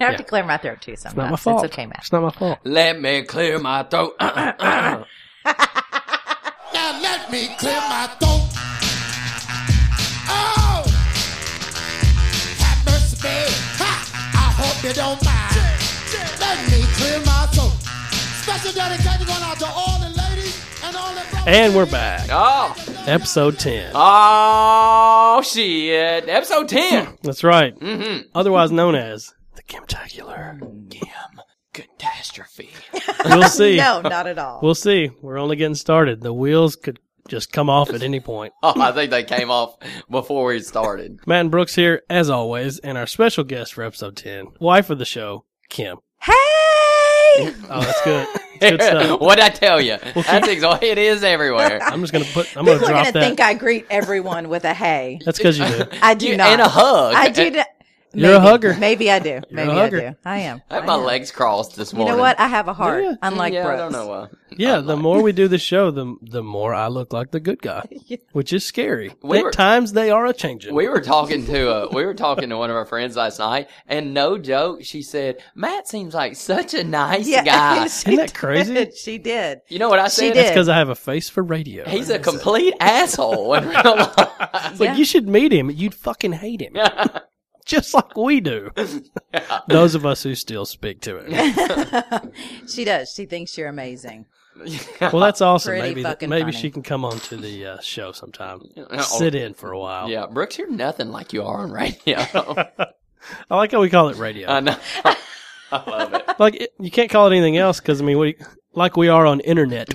I have Yeah. to clear my throat too It's not sometimes. my fault. okay, Matt. It's not my fault. Let me clear my throat. now let me clear my throat. Oh, have mercy, babe. Ha, I hope you don't mind. Let me clear my throat. Special dedication going out to all the ladies and all the brothers. And we're back. Oh, Episode 10. oh shit! Episode ten. That's right. Mm-hmm. Otherwise known as the Kimtacular. Hmm. Damn catastrophe. We'll see. No, not at all. We'll see. We're only getting started. The wheels could just come off at any point. Oh, I think they came off before we started. Matt and Brooks here, as always, and our special guest for episode 10, wife of the show, Kim. hey, Oh, that's good. Good stuff. What'd I tell you? That's exactly it is everywhere. I'm just going to put, I'm going to people are drop gonna that. think I greet everyone with a hey. that's because you do. I do You- not. And a hug. I do. not- You're a maybe. hugger. Maybe I do. a Maybe I hugger. do. I am. I had I my am. legs crossed this You morning. know what? I have a heart, Yeah. unlike yeah, Brooks. I don't know why. Yeah, the more we do the show, the the more I look like the good guy, which is scary. We At were- times they are a changing. We were talking to uh, we were talking to one of our friends last night, and no joke, she said Matt seems like such a nice guy. she Isn't that crazy? did. She did. You know what I She said? did. because I have a face for radio. He's a complete asshole in real life. It's like you should meet him. You'd fucking hate him, just like we do. Those of us who still speak to him. She does. She thinks you're amazing. Well, that's awesome. Pretty maybe that- fucking maybe funny. she can come on to the uh, show sometime. Oh. Sit in for a while. Yeah, Brooks, you're nothing like you are on radio. I like how we call it radio. I know. I love it. like it, you can't call it anything else because I mean we like we are on internet.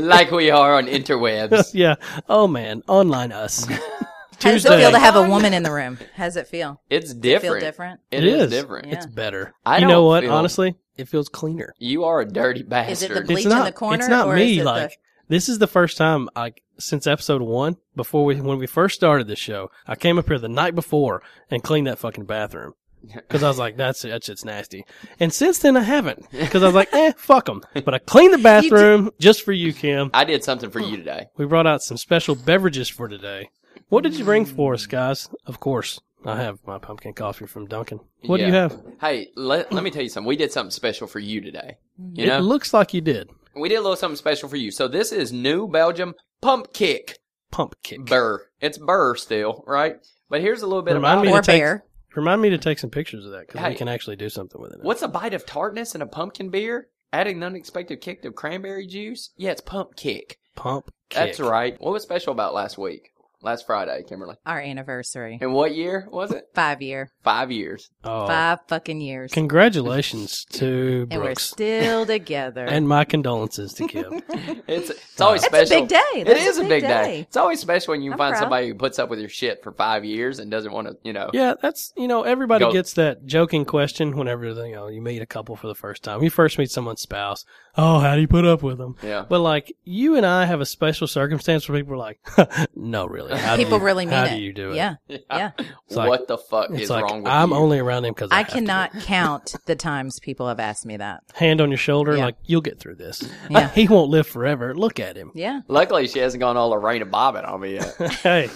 Like we are on interwebs. yeah. Oh man, online us. How does it Tuesday. feel to have a woman in the room? How's it feel? It's different. Feel different? It it is. is. different. Yeah. It's better. I you don't know what? feel- Honestly, it feels cleaner. You are a dirty bastard. Is it the bleach it's not, in the corner? It's not or me. Is it like this is the first time I since episode one before we when we first started this show. I came up here the night before and cleaned that fucking bathroom because I was like, that's that shit's nasty. And since then I haven't because I was like, eh, fuck them. But I cleaned the bathroom just for you, Kim. I did something Hmm. for you today. We brought out some special beverages for today. What did you bring Mm. for us, guys? Of course, I have my pumpkin coffee from Duncan. What do you Yeah. have? Hey, let, let me tell you something. We did something special for you today. Hmm. You It know, looks like you did we did a little something special for you. So this is New Belgium Pump Kick pump kick. Burr. It's Burr still, right? But here's a little bit Remind about me the, or to take- bear? Remind me to take some pictures of that because Hey. we can actually do something with it. what's a bite of tartness in a pumpkin beer? Adding an unexpected kick to cranberry juice? Yeah, it's Pump Kick. Pump. Kick. That's right. What was special about last week? Last Friday, Kimberly. Our anniversary. And what year was it? Five year. Five years. Oh, Five fucking years. congratulations to and we're Brooks still together. and my condolences to Kim. It's it's always That's a special. big day. It That's is a big, day. It's always special when you I'm find proud. somebody who puts up with your shit for five years and doesn't want to, you know. yeah, that's you know everybody Go. gets that joking question whenever you know you meet a couple for the first time. You first meet someone's spouse. Oh, how do you put up with them? Yeah. But like you and I have a special circumstance where people are like, no, really. How do People you- really mean how it. do you do it? Yeah. Yeah. It's like- what the fuck It's is like wrong with I'm you? only around him because I, I have to be. cannot count the times people have asked me that. hand on your shoulder. Yeah. Like you'll get through this. Yeah. he won't live forever. Look at him. Yeah. Luckily, she hasn't gone all Lorena Bobbitt on me yet. hey,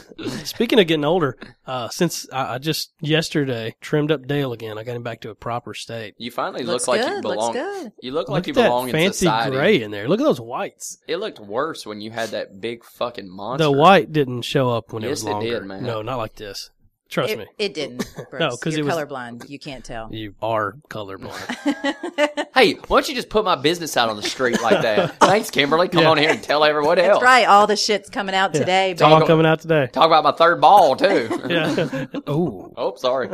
speaking of getting older, uh, since I, I just yesterday trimmed up Dale again, I got him back to a proper state. You finally Looks look like you good, looks belong. good. You look like Look you at that belong in fancy society. gray in there. Look at those whites. It looked worse when you had that big fucking monster. The white didn't show up when it Yes, was it longer. did, man. No, not like this. Trust it, me, it didn't. Brooks. No, 'cause You're it was- colorblind. You can't tell. you are colorblind. Hey, why don't you just put my business out on the street like that? Thanks, Kimberly. Come on here and tell everyone else. That's right. All the shit's coming out today, It's all baby. coming out today. Talk about my third ball too. Yeah. oh, oh, sorry.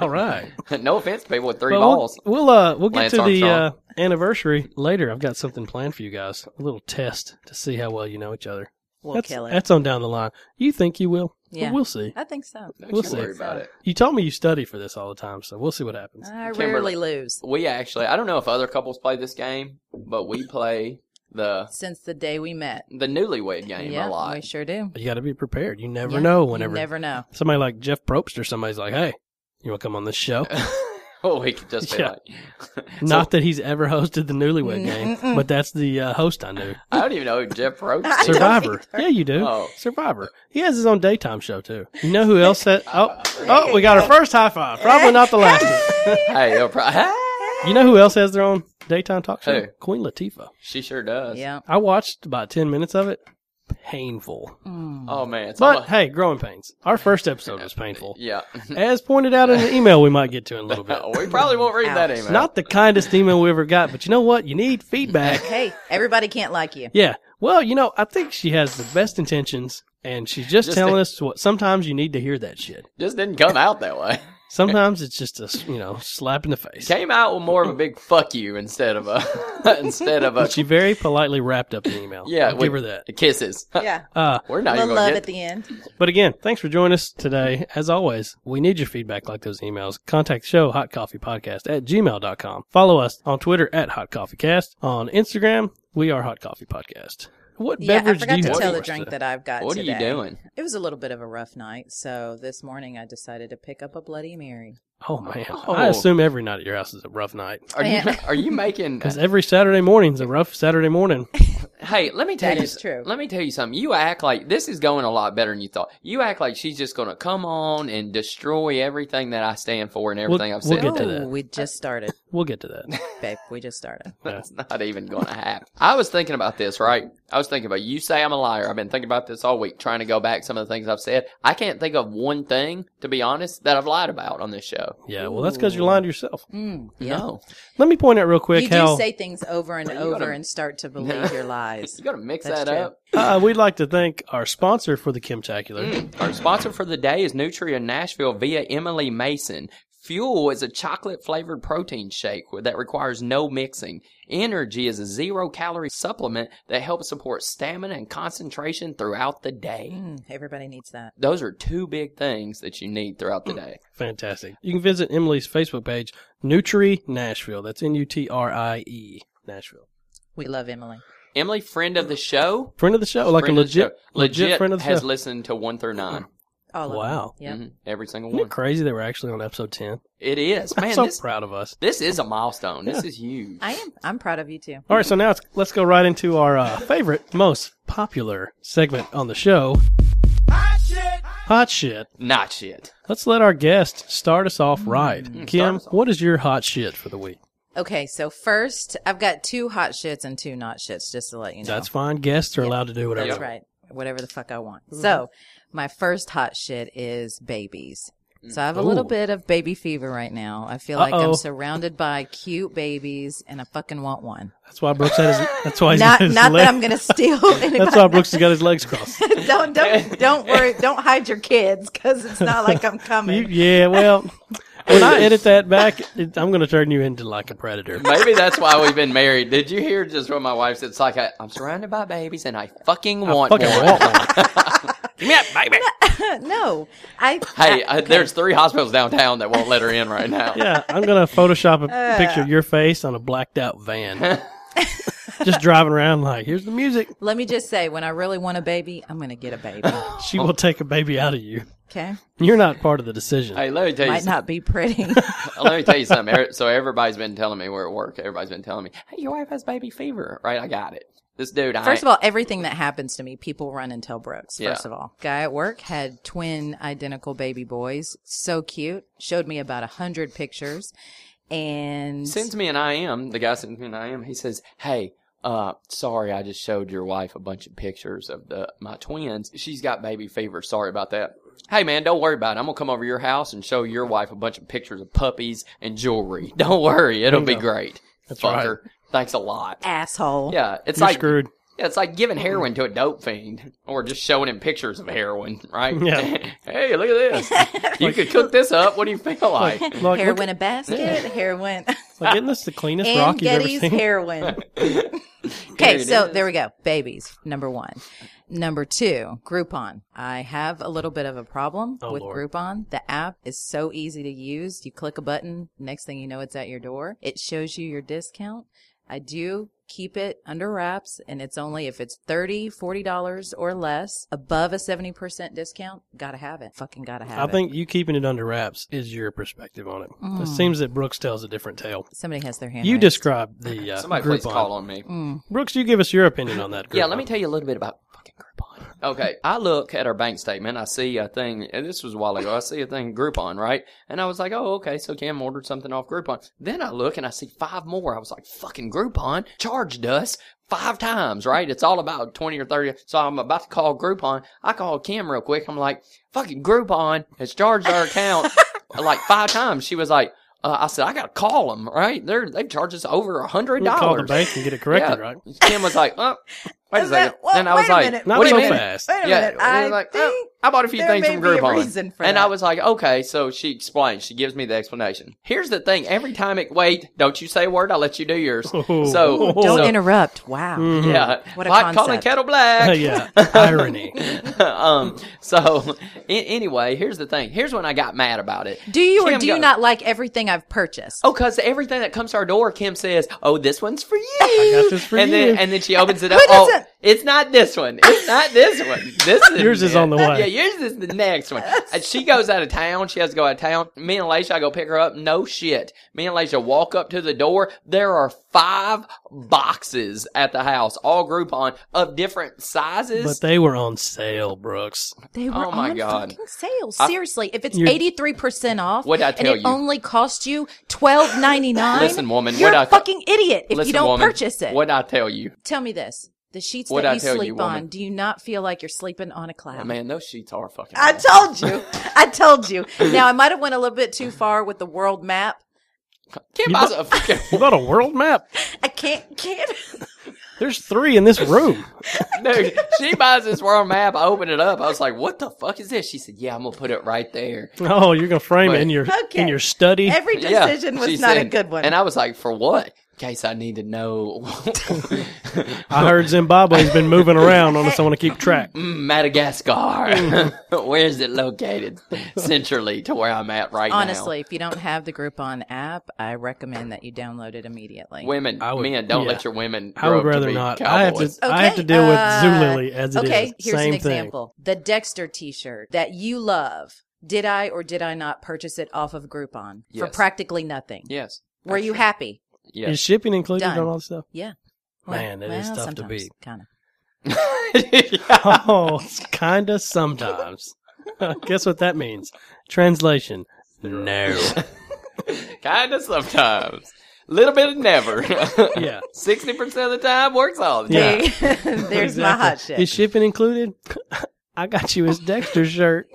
all right. no offense, to people with three But balls. We'll, we'll uh we'll get Lance to the uh, Armstrong. anniversary later. I've got something planned for you guys. A little test to see how well you know each other. We'll that's, kill it. That's on down the line. You think you will? Well, Yeah. we'll see. I think so. Don't We'll you see. worry about it. You told me you study for this all the time, so we'll see what happens. I Kimberly- rarely lose We actually, I don't know if other couples play this game, but we play the since the day we met. the newlywed game yeah, a lot. we sure do. You got to be prepared. You never Yeah, know you whenever never know. somebody like Jeff Probst or somebody's like, "Hey, you want to come on this show?" Oh, he could just be Yeah. like. So, Not that he's ever hosted the Newlywed Game, but that's the uh, host I knew. I don't even know who Jeff Probst is. Survivor. Yeah, you do. Oh. Survivor. He has his own daytime show too. You know who else that? Oh, oh, we got our first high five. Probably not the last. one. Hey, he'll probably, You know who else has their own daytime talk show? Who? Queen Latifah. she sure does. Yeah. I watched about ten minutes of it. Painful, Oh man, it's but almost- hey, growing pains. Our first episode was painful, yeah. as pointed out in the email we might get to in a little bit. we probably won't read that Ouch. email. Not the kindest email we ever got, but you know what? You need feedback. Hey, everybody can't like you. Yeah. Well, you know, I think she has the best intentions, and she's just, Just telling a- us what sometimes you need to hear that shit. just didn't come out that way. Eh. Sometimes it's just a s- you know slap in the face. Came out with more of a big fuck you instead of a instead of a She very politely wrapped up the email. yeah. I'll with give her that. kisses. Yeah. Uh, We're not A even little love gonna at get. the end. but again, thanks for joining us today. As always, we need your feedback like those emails. Contact the show hotcoffeepodcast at gmail.com. Follow us on Twitter at hotcoffeecast. On Instagram, we are Hot Coffee Podcast. What Yeah, I beverage forgot do you to have tell for the us drink today? that I've got what today. are you doing? It was a little bit of a rough night, so this morning I decided to pick up a Bloody Mary. Oh man, Oh. I assume every night at your house is a rough night. Are you Yeah. are you making? Because every Saturday morning's a rough Saturday morning. Hey, let me tell That you. is s- true. Let me tell you something. You act like this is going a lot better than you thought. You act like she's just going to come on and destroy everything that I stand for and everything I've we'll said. get to Oh, that. we just started, We'll get to that. Uh, babe. We just started. That's not even going to happen. I was thinking about this, right? I was thinking about you say I'm a liar. I've been thinking about this all week, trying to go back some of the things I've said. I can't think of one thing, to be honest, that I've lied about on this show. Yeah, well, that's because you're lying to yourself. Mm, yeah. No, Let me point out real quick You do how say things over and You over gotta- and start to believe your lies. you got to mix That's that true. up. uh, we'd like to thank our sponsor for the Kim Mm. Tacular. Our sponsor for the day is Nutria Nashville via Emily Mason. Fuel is a chocolate flavored protein shake that requires no mixing. Energy is a zero calorie supplement that helps support stamina and concentration throughout the day. Mm, everybody needs that. Those are two big things that you need throughout Hmm. the day. Fantastic. You can visit Emily's Facebook page, Nutri Nashville. That's N U T R I E Nashville. We love Emily. Emily, friend of the show, Friend of the show, like a friend of the legit, show. legit, friend of the has show. listened to one through nine. All Wow. Mm-hmm. Of them. Yep. Mhm. Every single Isn't it one. crazy that we're actually on episode ten? It is man. I'm so this, proud of us. this is a milestone. This is huge. I am. I'm proud of you too. All right, so now it's, let's go right into our uh, favorite, most popular segment on the show. Hot shit. Not shit. Let's let our guest start us off Mm-hmm. right. Mm-hmm. Kim, what is your hot shit for the week? Okay, so first I've got two hot shits and two not shits, just to let you know. That's fine. Guests are allowed to do whatever. That's right. Whatever the fuck I want. Mm-hmm. So, my first hot shit is babies. So I have a little Mm. Ooh. bit of baby fever right now. I feel like Uh-oh. I'm surrounded by cute babies, and I fucking want one. That's why Brooks had his. That's why he's Not, got his not leg- that I'm gonna steal. Anybody. That's why Brooks has got his legs crossed. don't don't don't worry. Don't hide your kids because it's not like I'm You- coming. yeah, well, when I edit that back, it, I'm going to turn you into like a predator. Maybe that's why we've been married. Did you hear just what my wife said? It's like I, I'm surrounded by babies and I fucking want Fucking one. want one. Give me that baby. no, I Hey, uh, there's three hospitals downtown that won't let her in right now. Yeah, I'm going to Photoshop a Uh. picture of your face on a blacked out van. Just driving around like, here's the music. let me just say when I really want a baby, I'm gonna get a baby. She will take a baby out of you. Okay, You're not part of the decision. Hey, let me tell you. might not be pretty. something. Let me tell you something. Er- So everybody's been telling me we're at work. Everybody's been telling me, "Hey, your wife has baby fever." Right? I got it. This dude. I First of all, everything that happens to me, people run and tell Brooks. First Yeah. of all, guy at work had twin identical baby boys, so cute. Showed me about a hundred pictures, and sends me an IM. The guy sends me an IM. He says, "Hey, uh, sorry, I just showed your wife a bunch of pictures of the my twins. She's got baby fever. Sorry about that." Hey man, don't worry about it. I'm gonna come over to your house and show your wife a bunch of pictures of puppies and jewelry. Don't worry, it'll be great. That's Fucker. Thanks a lot. asshole. Yeah, it's You're like screwed. yeah, it's like giving heroin to a dope fiend, or just showing him pictures of heroin, right? Yeah. hey, look at this. you could cook this up. What do you feel like? Like, look Heroin a basket, heroin, Like, isn't this the cleanest and rock you've ever Getty's seen? heroin. Okay, it so is. there we go. Babies, number one. Number two, Groupon. I have a little bit of a problem Oh, with Lord. Groupon. The app is so easy to use. You click a button, next thing you know, it's at your door. It shows you your discount. I do keep it under wraps and it's only if it's 30 40 dollars or less above a 70% discount gotta have it fucking gotta have I it think you keeping it under wraps is your perspective on it. It Mm. seems that Brooks tells a different tale. somebody has their hand You raised. Mm. describe the uh, Somebody Groupon. please call on me. Brooks, you give us your opinion on that. Groupon. Yeah, let me tell you a little bit about fucking Groupon. Okay, I look at our bank statement. I see a thing, and this was a while ago. I see a thing Groupon, right? And I was like, oh, okay, so Cam ordered something off Groupon. Then I look and I see five more. I was like, fucking Groupon charged us five times, right? It's all about 20 or 30. So I'm about to call Groupon. I called Cam real quick. I'm like, fucking Groupon has charged our account like five times. She was like, uh, I said, I gotta call them, right? They're, they've charged us over a hundred You dollars. call the bank and get it corrected, Yeah. right? Kim was like, oh, wait a Is that- second. well, and I was wait a like, minute, Not what do so you mean? fast. wait a yeah, minute and I i was like, think "Oh, I bought a few there things may from be a Groupon, reason for and that. I was like, okay. So she explains. She gives me the explanation. Here's the thing. Every time it wait, don't you say a word. I'll let you do yours. So Ooh. don't so, interrupt wow Yeah, What a pot calling concept. kettle black. yeah, irony. um. So a- anyway, here's the thing. Here's when I got mad about it. do you or Kim do you goes- not like everything i've purchased Oh, because everything that comes to our door, Kim says, "Oh, this one's for you." I got this for and Then, you. and then she opens it up. What is oh, it? it's not this one. It's not this one. This is Yours is on the way. Yeah, yours is the next one. And she goes out of town. She has to go out of town. Me and Alicia, I go pick her up. No shit. Me and Alicia walk up to the door. There are five boxes at the house, all Groupon of different sizes. But they were on sale, Brooks. They were Oh, my on God. fucking sale. Seriously, if it's You're- eighty three percent off, What'd I tell and it you? only cost you twelve ninety nine. Listen, woman, you're what'd a I- fucking idiot if Listen, you don't woman, purchase it. What'd I tell you? Tell me this: the sheets What'd that I you tell you, sleep woman? on, do you not feel like you're sleeping on a cloud? Man, those sheets are fucking. I awful. told you. I told you. Now I might have went a little bit too far with the world map. Kim buys a fucking. You bought a world map. I can't. Can't. There's three in this room. Dude, she buys this world map. I open it up. I was like, "What the fuck is this?" She said, "Yeah, I'm gonna put it right there." Oh, you're gonna frame it in But- your Okay. in your study. Every Yeah, decision she was not a said. good one. And I was like, "For what?" In case I need to know. I heard Zimbabwe's been moving around on us. I want to keep track. Mm, Madagascar. Where is it located centrally to where I'm at right Honestly, if you don't have the Groupon app, I recommend that you download it immediately. now? Women, I would- men, don't let yeah. your women. I would grow up to rather be not. I have to. cowboys. I have to deal with uh, Zulily as it is. okay, here's Same an thing. example. The Dexter T-shirt that you love. Did I or did I not purchase it off of Groupon for Yes. practically nothing? Yes. Were you happy? Is Yes. shipping included Done. on all this stuff? Yeah. Man, it is tough to beat. Kind of. Oh, kinda sometimes. Guess what that means? Translation. No. kind of sometimes. Little bit of never. Yeah. Sixty percent of the time works all the time. Yeah. There's my hot Exactly. Is shit. shipping included? I got you his Dexter shirt.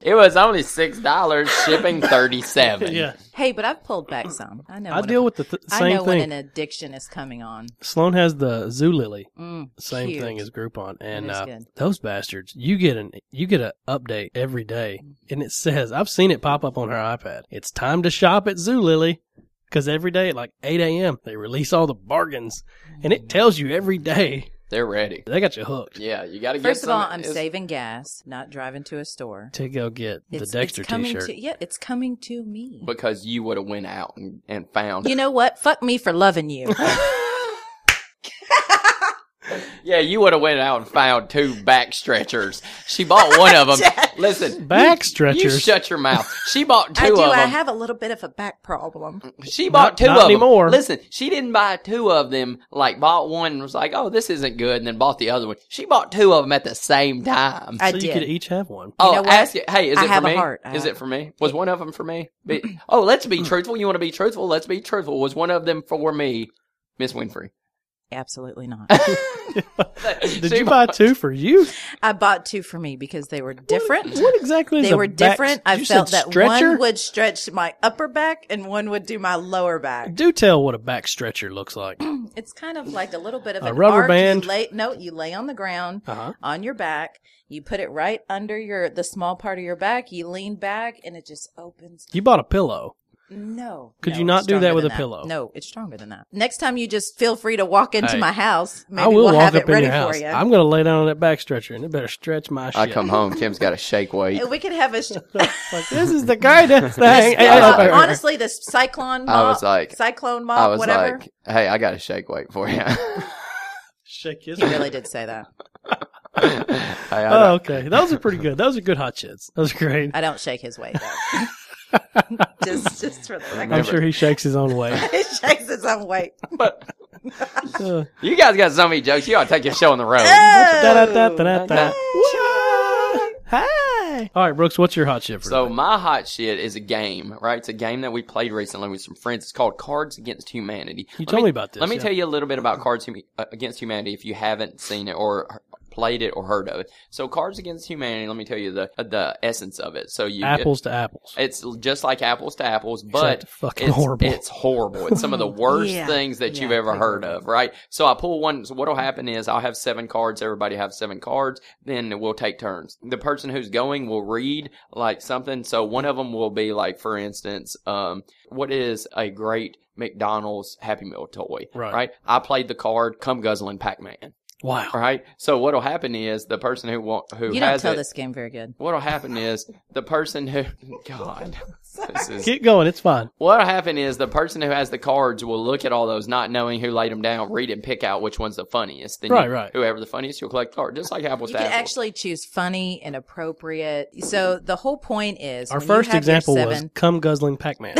It was only six dollars, shipping thirty-seven. Yeah. Hey, but I've pulled back some. I know. I when a- deal with the th- I same know when an thing. addiction is coming on. Sloan has the Zulily. Mm, Same cute. thing as Groupon, and is uh, good. those bastards. You get an you get a update every day, and it says I've seen it pop up on her iPad. It's time to shop at Zulily because every day at like eight a.m. they release all the bargains, and Mm. it tells you every day. They're ready. They got you hooked Yeah, you got to get First of all, some- I'm it's- saving gas, not driving to a store. to go get It's- the Dexter it's coming T-shirt. To, yeah, it's coming to me. because you would have went out and, and found. you know what? Fuck me for loving you. yeah, you would have went out and found two back stretchers. She bought one of them. Listen, Back you stretchers. shut your mouth. She bought two I do. of I them. have a little bit of a back problem. she bought Not- two not of anymore. them. Listen, she didn't buy two of them. Like bought one and was like, "Oh, this isn't good," and then bought the other one. She bought two of them at the same time. I so you did. could each have one. Oh, know what? ask it. Hey, is I it have for a me? heart. I Is have- it for me? Was one of them for me? Be- oh, let's be truthful. You want to be truthful? Let's be truthful. Was one of them for me, Miss Winfrey? Absolutely not. Did you buy two for you? I bought two for me because they were different. What exactly? Is They a were back- different. I you said felt that stretcher? one would stretch my upper back and one would do my lower back. Do tell what a back stretcher looks like. It's kind of like a little bit of A an rubber arc. band. You lay, no, you lay on the ground Uh-huh. on your back. You put it right under your the small part of your back. You lean back and it just opens. You bought a pillow. No. Could no, you not it's do that stronger with than a pillow? No, it's stronger than that. Next time you just feel free to walk into Hey, my house. Maybe I will we'll walk have up it in ready your house. for you. I'm gonna lay down on that back stretcher, and it better stretch my shit. I come home. Tim's got a shake weight. we could have a sh- Like, this is the greatest thing. Hey, hey, Uh, hey, hey, hey. honestly the cyclone I mop, was like- cyclone mop, I was whatever. like, "Hey, I got a shake weight for you." shake his. you really did say that. Hey, I Oh, don't- okay. Those are pretty good. Those are good hot shits. Those are great. I don't shake his weight though. just just for the I'm record. sure he shakes his own weight. he shakes his own weight. Uh, Oh, you guys got so many jokes. You ought to take your show on the road. da-da-da-da-da. Hi. All right, Brooks. What's your hot shit for? So today? my hot shit is a game, right? It's a game that we played recently with some friends. It's called Cards Against Humanity. you Let told me, about this. Let me yeah. tell you a little bit about Cards Humi- uh, Against Humanity if you haven't seen it or he- played it or heard of it. So Cards Against Humanity, let me tell you the the essence of it. So you apples to apples. It's just like apples to apples, Except but fucking it's horrible. It's horrible. It's some of the worst Yeah. things that Yeah, you've ever I heard of, right? So I pull one. So what'll happen is I'll have seven cards. Everybody have seven cards. Then we'll take turns. The person who's going will read like something. So one of them will be like, for instance, um, what is a great McDonald's Happy Meal toy? Right. right? I played the card, come guzzling Pac Man. Wow. Right. So what'll happen is the person who wa- who You don't has tell it, this game very good. What'll happen is the person who God. This is Keep going. It's fine. What'll happen is the person who has the cards will look at all those, not knowing who laid them down, read and pick out which one's the funniest. Then you- Right, right. Whoever the funniest, you'll collect card, just like apples You to can apples. actually choose funny and appropriate. So the whole point is Our when you first have your example was seven- cum guzzling Pac Man.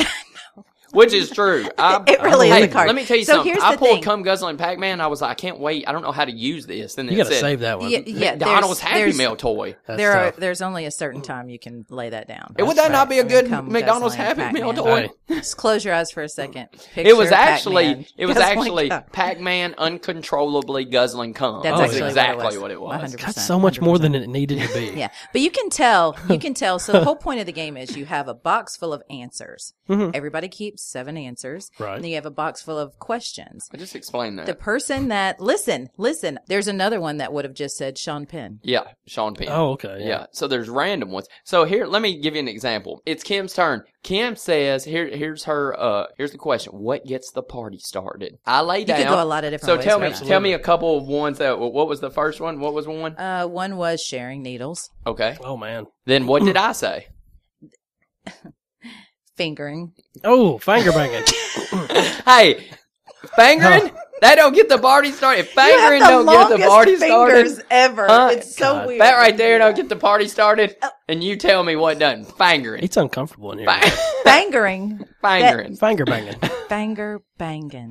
which is true. I, It really hey, is a card. Let me tell you So something. here's I the pulled thing. cum guzzling Pac Man. I was like, I can't wait. I don't know how to use this. Then you it got to said, save that one. yeah, yeah, there's- McDonald's Happy there's- Meal toy. That's there are tough. there's only a certain time you can lay that down. Would that not be a good Come McDonald's guzzling Happy Meal Pac-Man. toy? Hey. Just close your eyes for a second. Picture It was actually Pac-Man. it was Guzzling actually cum. Pac Man uncontrollably guzzling cum. That's Oh, actually yeah. exactly what it was. 100%, That's so much more than it needed to be. Yeah, but you can tell. You can tell. So the whole point of the game is you have a box full of answers. Mm-hmm. Everybody keeps seven answers. Right. And then you have a box full of questions. I just explained that. The person that listen, listen. There's another one that would have just said Sean Penn. yeah, Sean Penn. Oh, okay. Yeah. So there's random ones. So here, let me give you an example. It's Kim's turn. Kim says, "Here, here's her. Uh, here's the question. What gets the party started?" I lay You down. could go a lot of different so ways. tell me, with tell me a couple of ones that. What was the first one? What was one? that. Uh, one was sharing needles, Okay. Oh man. Then what did I say? fingering. Oh, finger banging. hey, fingering. That don't get the party started. Fingering don't get the party started. ever. Huh? It's so weird. Oh. That right there don't get the party started. And you tell me what doesn't. Fingering. it's uncomfortable in here. Bangering, Fingering. Finger banging. banger, banging.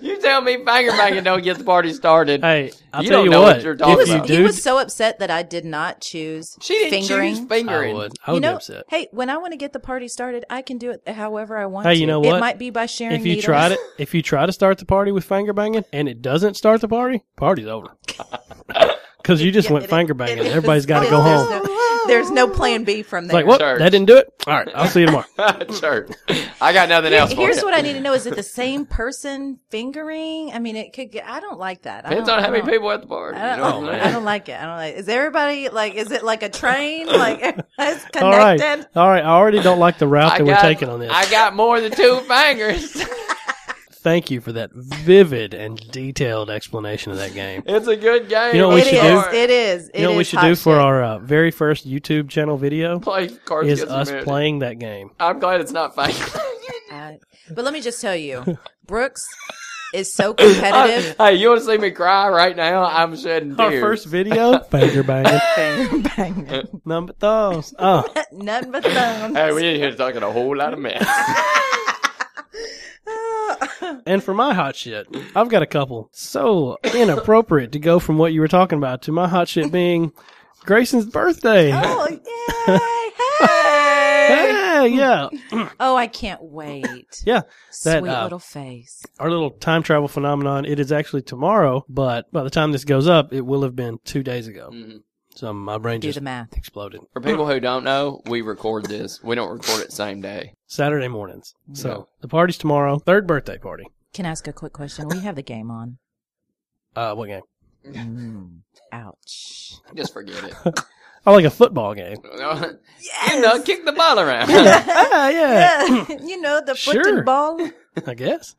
You tell me finger banging don't get the party started. Hey, I'll You tell don't you know what. what you're talking if about. you He do, was so upset that I did not choose She didn't fingering. choose I fingering. would. I would you know, be upset. hey, when I want to get the party started, I can do it however I want. Hey, to. you know It what? might be by sharing. If you needles. tried it, if you try to start the party with finger banging and it doesn't start the party, party's over. Because you just Yeah, went it- finger it- banging. it is- Everybody's got to go there's home. no- there's no plan B from It's there. like, what? Church. That didn't do it. All right, I'll see you tomorrow. sure. I got nothing else. for Here's you. what I need to know: Is it the same person fingering? I mean, it could. get I don't like that. I Depends don't- on how I many don't- people at the party. I you know don't, what I'm I saying? don't like it. I don't like. Is everybody like? Is it like a train? Like everybody's connected? All right, all right. I already don't like the route that we're taking on this. I got more than two fingers. Thank you for that vivid and detailed explanation of that game. it's a good game. You know what we It should is. do? It is. It You know what we is should hot do for shit. our uh, very first YouTube channel video play cards is Against us Humanity. playing that game. I'm glad it's not fingering. I- but let me just tell you, Brooks is so competitive. hey, you want to see me cry right now? I'm shedding Our tears. first video, finger Bang, banging, bang. number those. Oh, Nothing but thumbs. Hey, we in here talking a whole lot of mess. And for my hot shit, I've got a couple. So inappropriate to go from what you were talking about to my hot shit being Grayson's birthday. Oh, yay! Hey! Hey, yeah. Oh, I can't wait. Yeah. That, Sweet uh, little face. Our little time travel phenomenon. It is actually tomorrow, but by the time this goes up, it will have been two days ago. Mm-hmm. So my brain Do just the math. exploded. For people who don't know, we record this. We don't record it same day. Saturday mornings. So the party's tomorrow. Third birthday party. Can I ask a quick question? We have the game on. Uh, what game? Mm, ouch. Just forget it. I like a football game. You know, kick the ball around. Ah, yeah. you know, the Sure. football. I guess.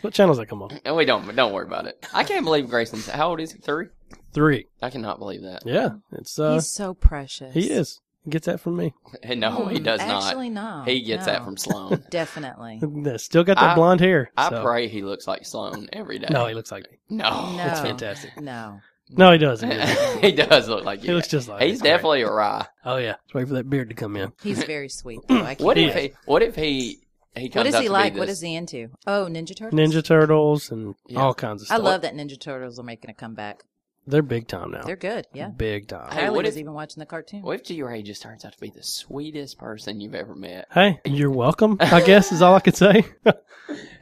What channels that come on? and we don't don't worry about it. I can't believe Grayson's how old is he? Three? Three. I cannot believe that. Yeah. It's uh He's so precious. he is. Get that from me. No, Oh, he does Mm, Actually, not. not. He gets No. that from Sloan. Definitely. That's Still got that I- blonde hair. I so- pray he looks like Sloan every day. No, he looks like me. no, No. Fantastic. No. No, he doesn't. He doesn't. he does look like He you. looks just like me. He's definitely a rye. Oh yeah. Just wait for that beard to come in. He's very sweet. Though. I What can't if wait. he? What if he? He comes What is out he to be like? What this- is he into? Oh, Ninja Turtles. Ninja Turtles and Yeah. all kinds of I stuff. love that Ninja Turtles are making a comeback. They're big time now. They're good. Yeah. Big time. Hey, Kylie what was if- even watching the cartoon. What if G.R.A. just turns out to be the sweetest person you've ever met? Hey, you're welcome, I guess is all I could say.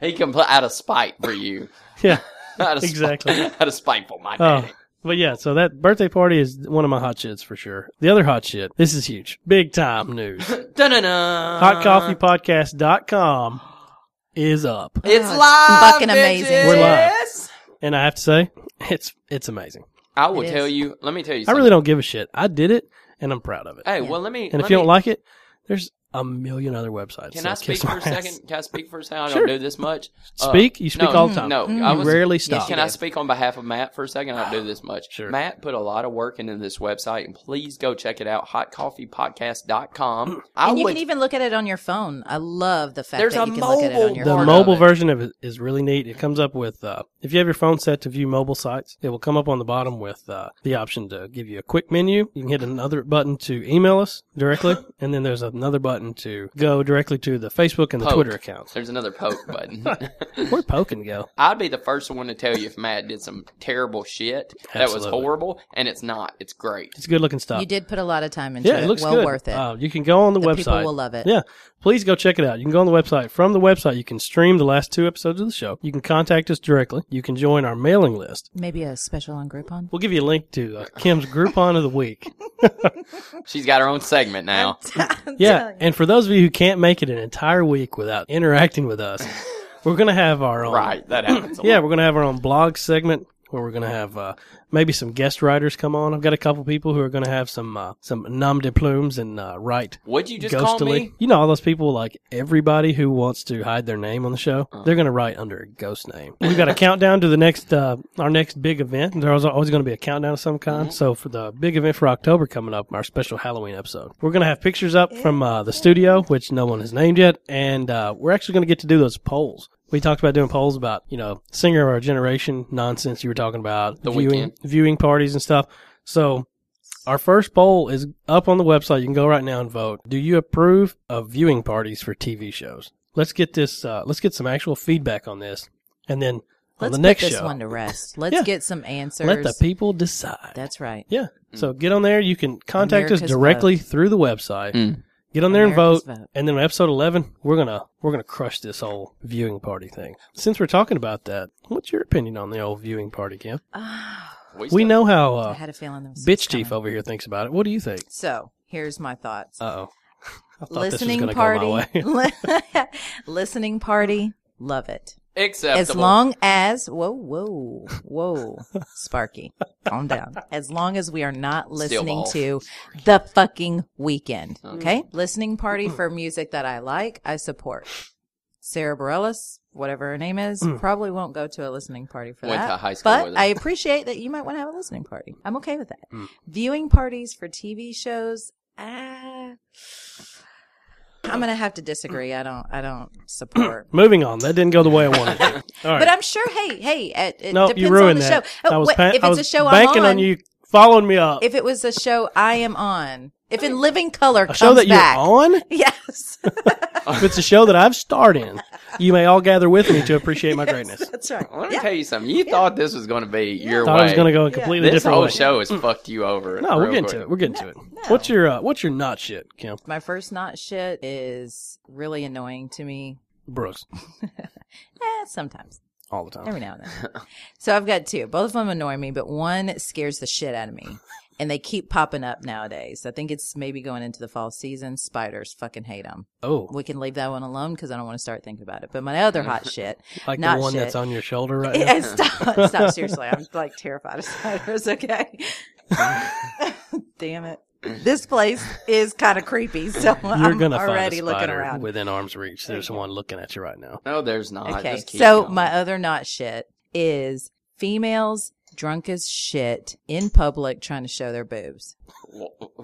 He can play out of spite for you. yeah. Out of Exactly. Spite, out of spite for my Oh. daddy. But yeah, so that birthday party is one of my hot shits for sure. The other hot shit, this is huge. Big time news. Dun-dun-dun. HotCoffeePodcast.com is up. It's Oh, live. fucking amazing. We're live. bitches. And I have to say, it's it's amazing. I will It tell is. you. Let me tell you I something. really don't give a shit. I did it and I'm proud of it. Hey, Yeah. well, let me. And Uh, let if you me- don't like it, there's a million other websites. Can so I kiss speak for my a ass. second? Can I speak for a second? I don't Sure. do this much. Uh, Speak? You speak no, all the time. No, Mm. You I was, rarely stop. Can I speak on behalf of Matt for a second? I don't do this much. Sure. Matt put a lot of work into this website, and please go check it out. HotCoffeePodcast.com. I and you would. can even look at it on your phone. I love the fact There's that a you can look at it on your the part phone. mo- mobile of it. version of it is really neat. It comes up with uh, if you have your phone set to view mobile sites, it will come up on the bottom with uh, the option to give you a quick menu. You can hit another button to email us directly, and then there's another button to go directly to the Facebook and the Poke. Twitter accounts. there's another poke button. Where'd poking go? I'd be the first one to tell you if Matt did some terrible shit that was Absolutely. horrible, and it's not. It's great. It's good looking stuff. You did put a lot of time into yeah, it it. looks well good. worth it. Uh, you can go on the, The website. people will love it. Yeah, please go check it out. You can go on the website. From the website, you can stream the last two episodes of the show. You can contact us directly. You can join our mailing list. Maybe a special on Groupon. We'll give you a link to uh, Kim's Groupon of the week. She's got her own segment now. Yeah, and for those of you who can't make it an entire week without interacting with us, we're gonna have our own. Right, that happens. A Yeah, lot. we're gonna have our own blog segment where we're gonna have uh, maybe some guest writers come on. I've got a couple people who are gonna have some uh, some nom de plumes and uh, write Would you just call ghostily. me? You know all those people like everybody who wants to hide their name on the show. Uh. They're gonna write under a ghost name. We've got a countdown to the next uh, our next big event. There's always gonna be a countdown of some kind. Mm-hmm. So for the big event for October coming up, our special Halloween episode, we're gonna have pictures up from uh, the studio, which no one has named yet, and uh, we're actually gonna get to do those polls. We talked about doing polls about you know singer of our generation nonsense you were talking about The viewing Weeknd. viewing parties and stuff. So our first poll is up on the website. You can go right now and vote. Do you approve of viewing parties for TV shows? Let's get this. Uh, let's get some actual feedback on this, and then on Let's the next put this show, one to rest. Let's Yeah. get some answers. let the people decide. That's right. yeah. So get on there. You can contact us Mm. America's directly through the website. Get on there America's and vote, vote. and then on episode eleven, we're gonna we're gonna crush this whole viewing party thing. Since we're talking about that, what's your opinion on the old viewing party, Kim? We still- know how Ah, I uh, had a feeling. This was bitch chief coming. over here thinks about it. What do you think? So here's my thoughts. Uh oh. I thought listening this was gonna Go my party. way. listening party. Love it. acceptable. As long as whoa, whoa, whoa, Sparky, calm down. As long as we are not listening ball. to the fucking weekend, okay? Listening party for music that I like, I support. Sarah Bareilles, whatever her name is, probably won't go to a listening party for Mm. Went that. to high school but with her. Mm. I appreciate that you might want to have a listening party. I'm okay with that. Viewing parties for TV shows, ah. I'm gonna have to disagree. I don't. I don't support. Moving on. That didn't go the way I wanted. to. All right. But I'm sure. Hey, hey, it, it no, depends you ruined on the that. show. Oh, I was wait, pan- if I it's a was show I'm banking on, on you following me up. if it was a show I am on, if in Living Color a comes show that back, you're on. yes, if it's a show that I've starred in, you may all gather with me to appreciate my greatness. that's right. Let me tell you something. You thought this was going to be your Thought way. I was going to go a completely this different whole way. Mm. show has fucked you over. No, we're real getting quick. to it. We're getting to it. What's your uh, What's your not shit, Kim My first not shit is really annoying to me. Brooks? Eh, sometimes, All the time. every now and then. so I've got two. Both of them annoy me, but one scares the shit out of me. And they keep popping up nowadays. I think it's maybe going into the fall season. Spiders fucking hate them. Oh, We can leave that one alone because I don't want to start thinking about it. But my other hot shit, like not the one shit. that's on your shoulder right now. Yeah, stop, stop, seriously. I'm like terrified of spiders, okay? Damn it. this place is kind of creepy. So You're I'm gonna already find a looking spider around. within arm's reach. There's one looking at you right now. No, there's not. okay. Just keep So going. my other not shit is females drunk as shit in public trying to show their boobs.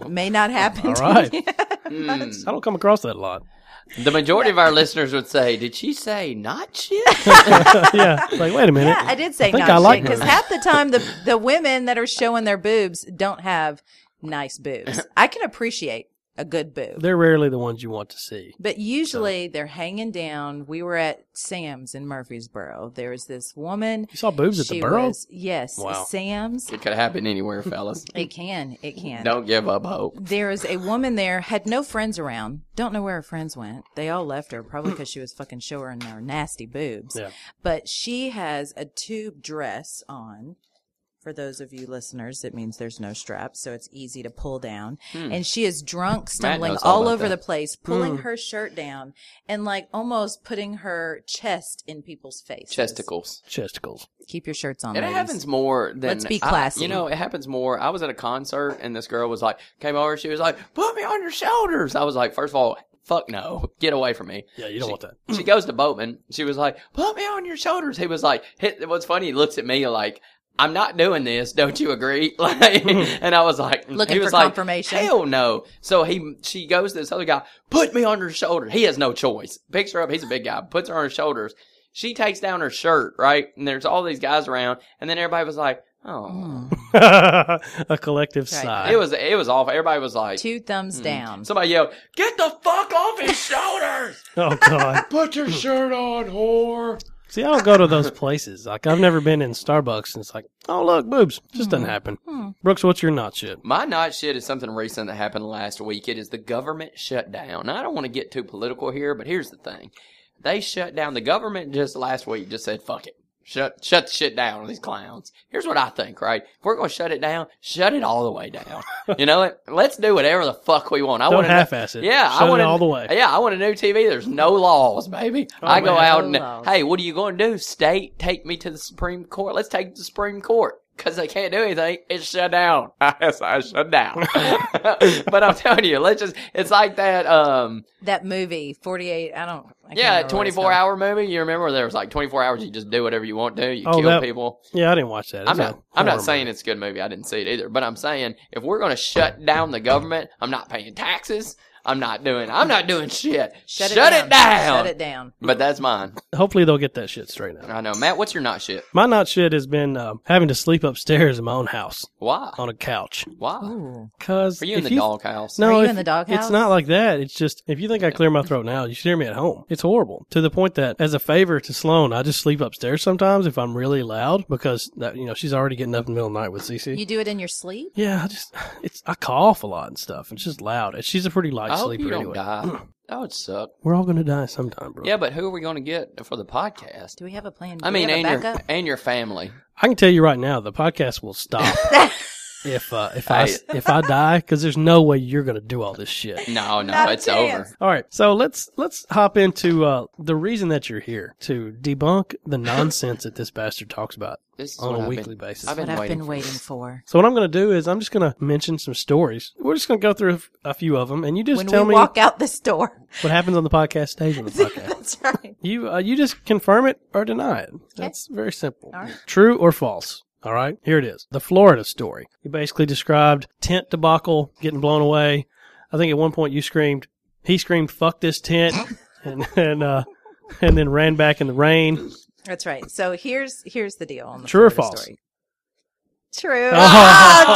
May not happen. All to right. you. Mm. I don't come across that a lot. The majority of our listeners would say, "Did she say not shit?" yeah. It's like, wait a minute. Yeah, I did say think not I like because her. half the time the the women that are showing their boobs don't have nice boobs. I can appreciate a good boob. They're rarely the ones you want to see. But usually they're hanging down. We were at Sam's in Murfreesboro. There was this woman. You saw boobs at the She burrow? was- Yes, Wow. Sam's. it could happen anywhere, fellas. It can. It can. Don't give up hope. There is a woman there, had no friends around. Don't know where her friends went. They all left her, probably because she was fucking showing her nasty boobs. Yeah. But she has a tube dress on. For those of you listeners, it means there's no strap, so it's easy to pull down. And she is drunk, stumbling Hmm. knows all all about over that. Hmm. the place, pulling her shirt down and like almost putting her chest in people's faces. Chesticles. Chesticles. Keep your shirts on. It ladies. happens more than Let's be I- classy. you know, it happens more. I was at a concert and this girl was like, came over. She was like, "Put me on your shoulders." I was like, first of all, fuck no, get away from me. Yeah, you don't She- want that. She goes to Boatman. She was like, "Put me on your shoulders." He was like, hit, "What's funny?" He looks at me like, "I'm not doing this. Don't you agree?" Like, and I was like, Hmm. Looking he was for like, confirmation. Hell no. So he, she goes to this other guy. Put me on your shoulder. He has no choice. Picks her up. He's a big guy. Puts her on her shoulders. She takes down her shirt, right? And there's all these guys around, and then everybody was like, Hmm. "Oh." a collective Right. sigh. It was it was awful. Everybody was like, Two Hmm. thumbs down. somebody yelled, "Get the fuck off his shoulders! oh, God. Put your shirt on, whore!" See, I don't go to those places. Like, I've never been in Starbucks, and it's like, oh, look, boobs. Just Hmm. doesn't happen. Brooks, what's your not shit? My not shit is something recent that happened last week. It is the government shutdown. Now, I don't want to get too political here, but here's the thing: they shut down the government just last week. Just said, "Fuck it, shut shut the shit down." These clowns. Here's what I think. Right? If we're going to shut it down, shut it all the way down. you know what? Let's do whatever the fuck we want. I Don't want half-ass it. Yeah, Shut I it want all the way. Yeah, I want a new TV. There's no laws, baby. I go man. out Oh, No and laws. hey, what are you going to do? State, take me to the Supreme Court. Let's take the Supreme Court because they can't do anything. It's shut down. Yes, I shut down. but I'm telling you, let's just. It's like that. Um, That movie, 48, I don't. I can't yeah, remember what it's 24 called. hour movie. You remember where there was like 24 hours. You just do whatever you want to. You Oh, kill that- people. Yeah, I didn't watch that. I'm It's a not. I'm not horror saying movie. it's a good movie. I didn't see it either. But I'm saying if we're going to shut down the government, I'm not paying taxes. I'm not doing. I'm not doing shit. Shut, it, down. Shut it down. But that's mine. Hopefully, they'll get that shit straightened out. I know, Matt. What's your not shit? My not shit has been um, having to sleep upstairs in my own house Why? on a couch. Why? Cause Are you Um, if in the doghouse? No, Are you if- in the doghouse? It's not like that. It's just if you think I clear my throat now, you should hear me at home. It's horrible to the point that as a favor to Sloan, I just sleep upstairs sometimes if I'm really loud because that you know she's already getting up in the middle of the night with Cece. You do it in your sleep? yeah, I just it's I cough a lot and stuff. It's just loud. And she's a pretty light I hope sleeper you don't anyway. die. That would suck. We're all gonna die sometime, bro. Yeah, but who are we going to get for the podcast? Do we have a plan? Do I we have mean, a and your backup? and your family. I can tell you right now, the podcast will stop if uh, if I, Hey. if I die because there's no way you're gonna do all this shit. No, no, Not a it's chance. over. All right, so let's let's hop into uh, the reason that you're here to debunk the nonsense that this bastard talks about This is on what a I've weekly been- basis. I've been what I've waiting been for waiting for. so what I'm going to do is I'm just going to mention some stories. We're just going to go through a f- a, few of them, and you just When tell we me walk out this door. what happens on the podcast stays on the podcast. That's right. you uh, you just confirm it or deny it. That's very simple. All right. True or false. All right, here it is. The Florida story. You basically described tent debacle, getting blown away. I think at one point you screamed, he screamed, "Fuck this tent," and and uh, and then ran back in the rain. That's right. So here's here's the deal on the True or Florida false? Story. True. Oh.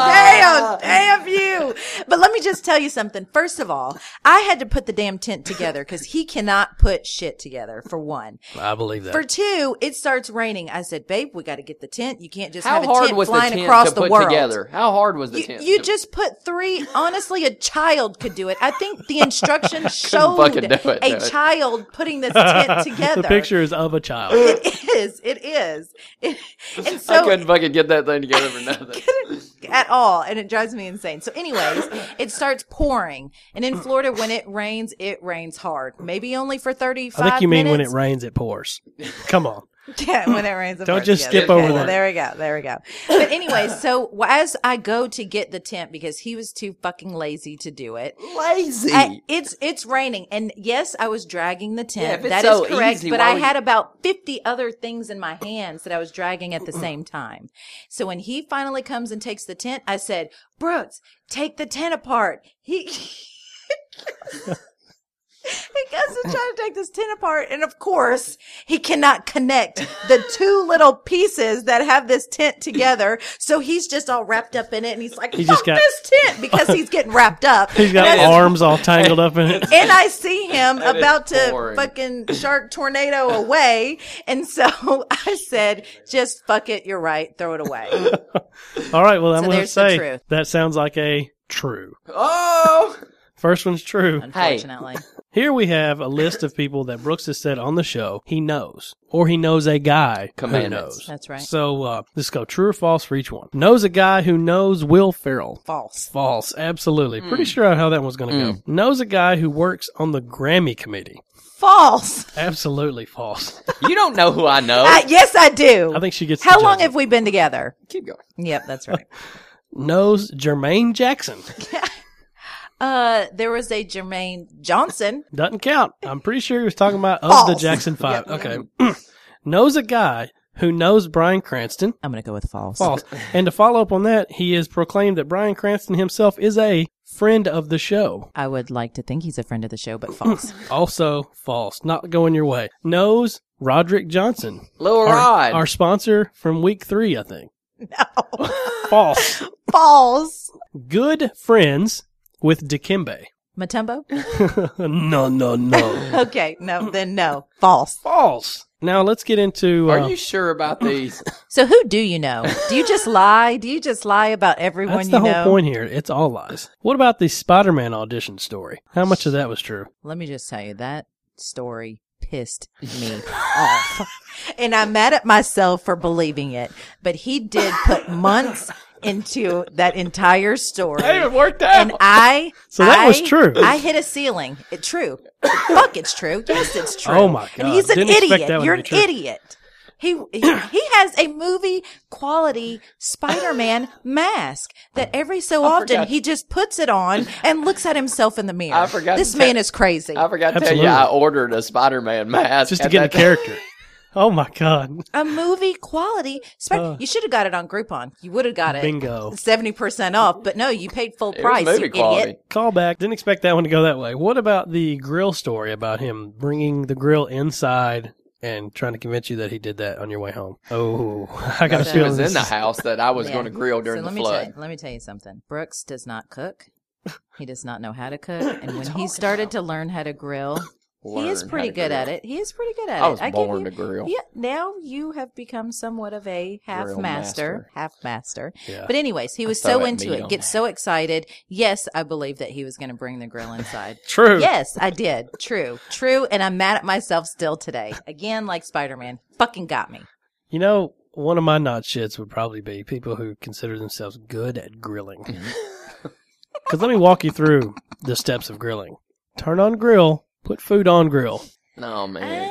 Oh, damn, damn, damn you. But let me just tell you something. First of all, I had to put the damn tent together because he cannot put shit together, for one. I believe that. For two, it starts raining. I said, babe, we got to get the tent. You can't just How have a hard tent was the flying tent across to the put world. together? How hard was the You, tent? you to- just put three. Honestly, a child could do it. I think the instruction showed fucking do it, a dude. child putting this tent together. Uh, the picture is of a child. It is. It is. It, and I so couldn't fucking get that thing together for nothing. at all, and it drives me insane. So, anyways, it starts pouring, and in Florida, when it rains, it rains hard. Maybe only for thirty-five. I think you mean when it minutes. rains, it pours. Come on. Yeah, when it rains. the Don't first. just Yeah, skip okay, over so that. There we go. There we go. But anyway, so as I go to get the tent because he was too fucking lazy to do it. Lazy. I- it's it's raining, and yes, I was dragging the Yeah, if tent. it's That is so correct. easy, but why I would had you- about fifty other things in my hands that I was dragging at the same time. So when he finally comes and takes the tent, I said, "Brooks, take the tent apart." He. He goes to try to take this tin apart, and of course, he cannot connect the two little pieces that have this tent together. So he's just all wrapped up in it, and he's like, He "Fuck just got- this tent!" because he's getting wrapped up. He's got And I- arms all tangled up in it. and I see him That is about to boring. fucking shark tornado away. And so I said, just fuck it. You're right. Throw it away. All right, well, I'm So going to there's the say truth. that sounds like a true. oh. First one's true. Unfortunately. Here we have a list of people that Brooks has said on the show he knows, or he knows a guy who Commandments. knows. That's right. So uh, let's go true or false for each one. Knows a guy who knows Will Ferrell. False. False, absolutely. Pretty sure how that one's going to go. Knows a guy who works on the Grammy committee. False. Absolutely false. You don't know who I know. I, yes, I do. I think she gets. to How judge long it. have we been together? Keep going. Yep, that's right. knows Jermaine Jackson? Uh, there was a Jermaine Johnson. Doesn't count. I'm pretty sure he was talking about of the False. Jackson Five. Okay. knows a guy who knows Brian Cranston. I'm gonna go with false. False. and to follow up on that, he has proclaimed that Brian Cranston himself is a friend of the show. I would like to think he's a friend of the show, but false. Also false. Not going your way. Knows Roderick Johnson. Little Our, Rod. our sponsor from week three, I think. no, False. false. Good friends with Dikembe. Matumbo. no, no, no. Okay, no, then no, false. false. Now let's get into. Are uh, you sure about these? So who do you know? Do you just lie? Do you just lie about everyone That's you the whole know? point here. It's all lies. What about the Spider-Man audition story? How much of that was true? Let me just tell you that story pissed me off. And I'm mad at myself for believing it, but he did put months into that entire story. even worked And I So that was I- true. I hit a ceiling. It true. Fuck it's true. Yes, it's true. Oh my And God. he's an Didn't expect idiot. that one to You're be an true. idiot. He he has a movie quality Spider-Man mask that every so often forgot. he just puts it on and looks at himself in the mirror. I forgot This to man tell- is crazy. I forgot to tell you, Absolutely. I ordered a Spider-Man mask Just to at get a that time. character. oh my god. a movie quality Spider. you should have got it on Groupon. You would have got it. Uh. Bingo. Seventy percent off, but no, you paid full It was price. movie you quality. idiot. Callback. Didn't expect that one to go that way. What about the grill story about him bringing the grill inside and trying to convince you that he did that on your way home? Oh, I got a So- She feeling. was this in the is- house that I was Yeah. going to grill during so the let Me flood. tell you, let me tell you something. Brooks does not cook. He does not know how to cook, and when he started to learn how to grill, he is Learn how pretty to good grill. at it. He is pretty good at I it. was give born you- to grill. Yeah, now you have become somewhat of a half Grill master, master. half master. Yeah. But anyways, he was throw so that into meat it, on gets there. so excited. Yes, I believe that he was going to bring the grill inside. True. Yes, I did. True, true, and I'm mad at myself still today. Again, like Spider-Man, fucking got me. You know, one of my not shits would probably be people who consider themselves good at grilling. Because let me walk you through the steps of grilling. Turn on grill. Put food on grill. Uh-huh. No man,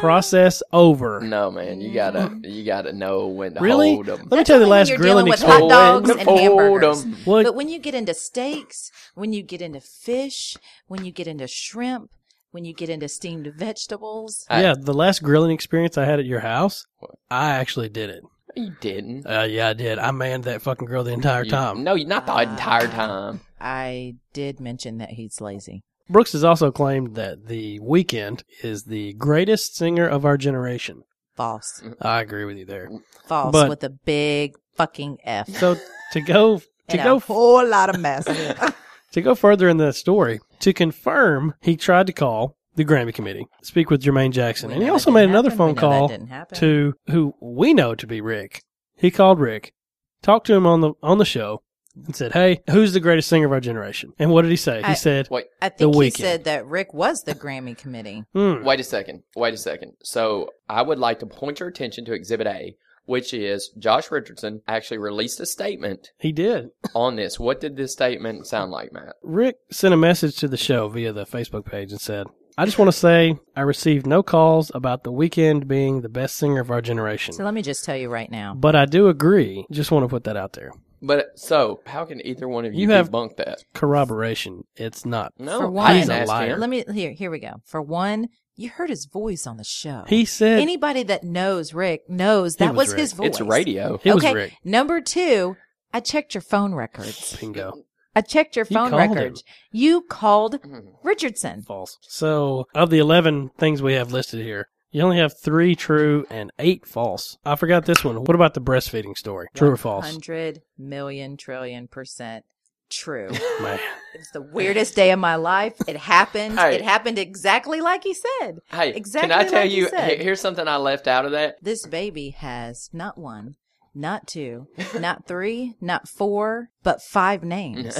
Process uh, over. no man, you gotta you gotta know when to Really? hold them. Let me tell you the last you're grilling dealing with experience. hot dogs and Hold 'em. Hold 'em. hamburgers. What? But when you get into steaks, when you get into fish, when you get into shrimp, when you get into steamed vegetables, I- yeah, the last grilling experience I had at your house, I actually did it. You didn't. Uh, yeah, I did. I manned that fucking grill the entire You- time. No, you- not the entire time. I did mention that he's lazy. Brooks has also claimed that The Weekend is the greatest singer of our generation. False. I agree with you there. False But- with a big fucking F. So to go to and go a whole lot of mess. To go further in the story, to confirm, he tried to call the Grammy Committee, speak with Jermaine Jackson, We and he know also that made didn't another happen. We phone know call that didn't happen. to who we know to be Rick. He called Rick, talked to him on the on the show, and said, "Hey, who's the greatest singer of our generation?" And what did he say? I- he said, Wait, I think he Weeknd. said that Rick was the Grammy committee. "Hmm, wait a second. Wait a second. So I would like to point your attention to Exhibit A, which is Josh Richardson actually released a statement he did." on this. What did this statement sound like, Matt? Rick sent a message to the show via the Facebook page and said, I just want to say I received no calls about the weekend being the best singer of our generation. So let me just tell you right now. But I do agree. Just want to put that out there. But so, how can either one of you, You have- debunk that? Corroboration. It's not. No, For I one- didn't He's a ask liar. him. Let me here. Here we go. For one, you heard his voice on the show. He said Anybody that knows Rick knows that was was, his voice. It's radio. he was okay. Rick. Number two, I checked your phone records. Bingo. I checked your You phone called him. records. You called Richardson. False. So, of the 11 things we have listed here, you only have three true and eight false. I forgot this one. What about the breastfeeding story? True or false? Hundred million trillion percent true. Man. it's the weirdest day of my life. It happened. Hey. It happened exactly like he said. Hey, Exactly can I tell like he you? said. he- Here's something I left out of that. This baby has not one, not two, not three, not four, but five names.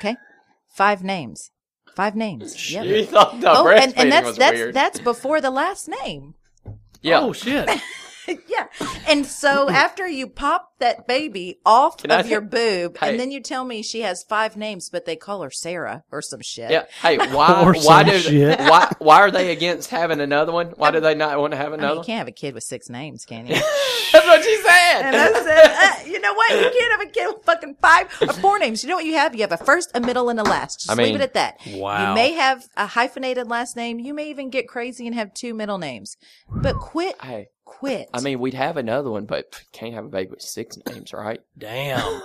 okay, five names. Five names. Yep. You thought the Oh, breastfeeding and, and that's was that's weird. that's before the last name. yeah. Oh, shit. yeah. And so after you pop that baby off Can I of say- your boob, Hey. and then you tell me she has five names, but they call her Sarah or some shit. yeah. Hey, why? Or why some do? shit. Why? Why are they against having another one? Why do they not want to have I mean, another? you one? can't have a kid with six names, can you? That's what she And said. I said, uh, you know what? You can't have a kid with fucking five or four names. You know what you have? You have a first, a middle, and a last. Just I leave mean, it at that. wow. You may have a hyphenated last name. You may even get crazy and have two middle names. But quit, Hey, quit. I mean, we'd have another one, but pff, can't have a baby with six names, right? Damn.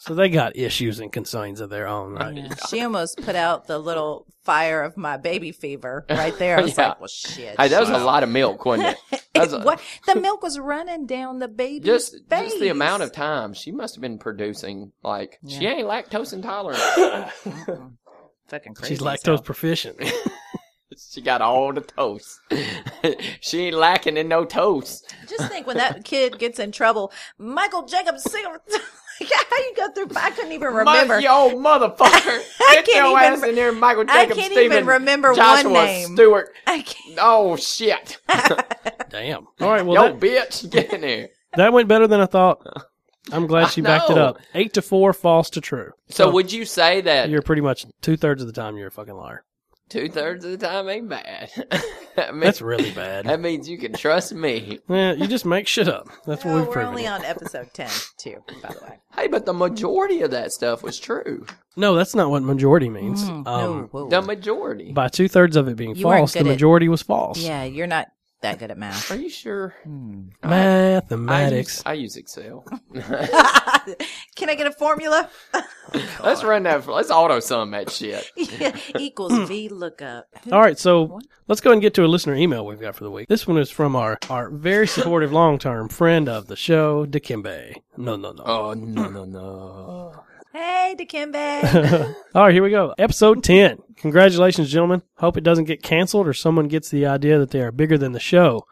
so, they got issues and concerns of their own, right? Yeah, she almost put out the little fire of my baby fever right there. I was Yeah. like, well, shit. Hey, that was a she's- lot of milk, wasn't it? That was It a- wa- the milk was running down the baby's just face. just the amount of time she must have been producing. Like she Yeah. ain't lactose intolerant. fucking crazy. She's as lactose hell. proficient. she got all the toast. she ain't lacking in no toast. Just think when that kid gets in trouble, Michael Jacobs sing. like, how you go through? I couldn't even remember. Mother, you old motherfucker! I Get can't your even ass re- in there, Michael I Jacob, can't Stephen, even remember Joshua one name. Stewart. I can't. Oh shit! Damn. All right. Well, Yo, that- bitch, get in there. That went better than I thought. I'm glad she I backed it know. up. Eight to four, false to true. So would you say that You're pretty much two thirds of the time you're a fucking liar. two thirds of the time ain't bad? that means, That's really bad. That means you can trust me. yeah, you just make shit up. That's what Oh, we've we're proven. only here. on episode ten, too. By the way, Hey, but the majority of that stuff was true. No, that's not what majority means. Mm, um, no, whoa. The majority. By two thirds of it being You weren't false, the good at- majority was false. yeah, you're not that good at math. Are you sure? Mathematics. I use, I use Excel. Oh, Can I get a formula? let's run that. Let's auto sum that shit. Equals V lookup. All right, so let's go ahead and get to a listener email we've got for the week. This one is from our, our very supportive long term friend of the show, Dikembe. No, no, no. Oh no no no! Hey, Dikembe. All right, here we go. Episode 10. Congratulations, gentlemen. Hope it doesn't get canceled or someone gets the idea that they are bigger than the show.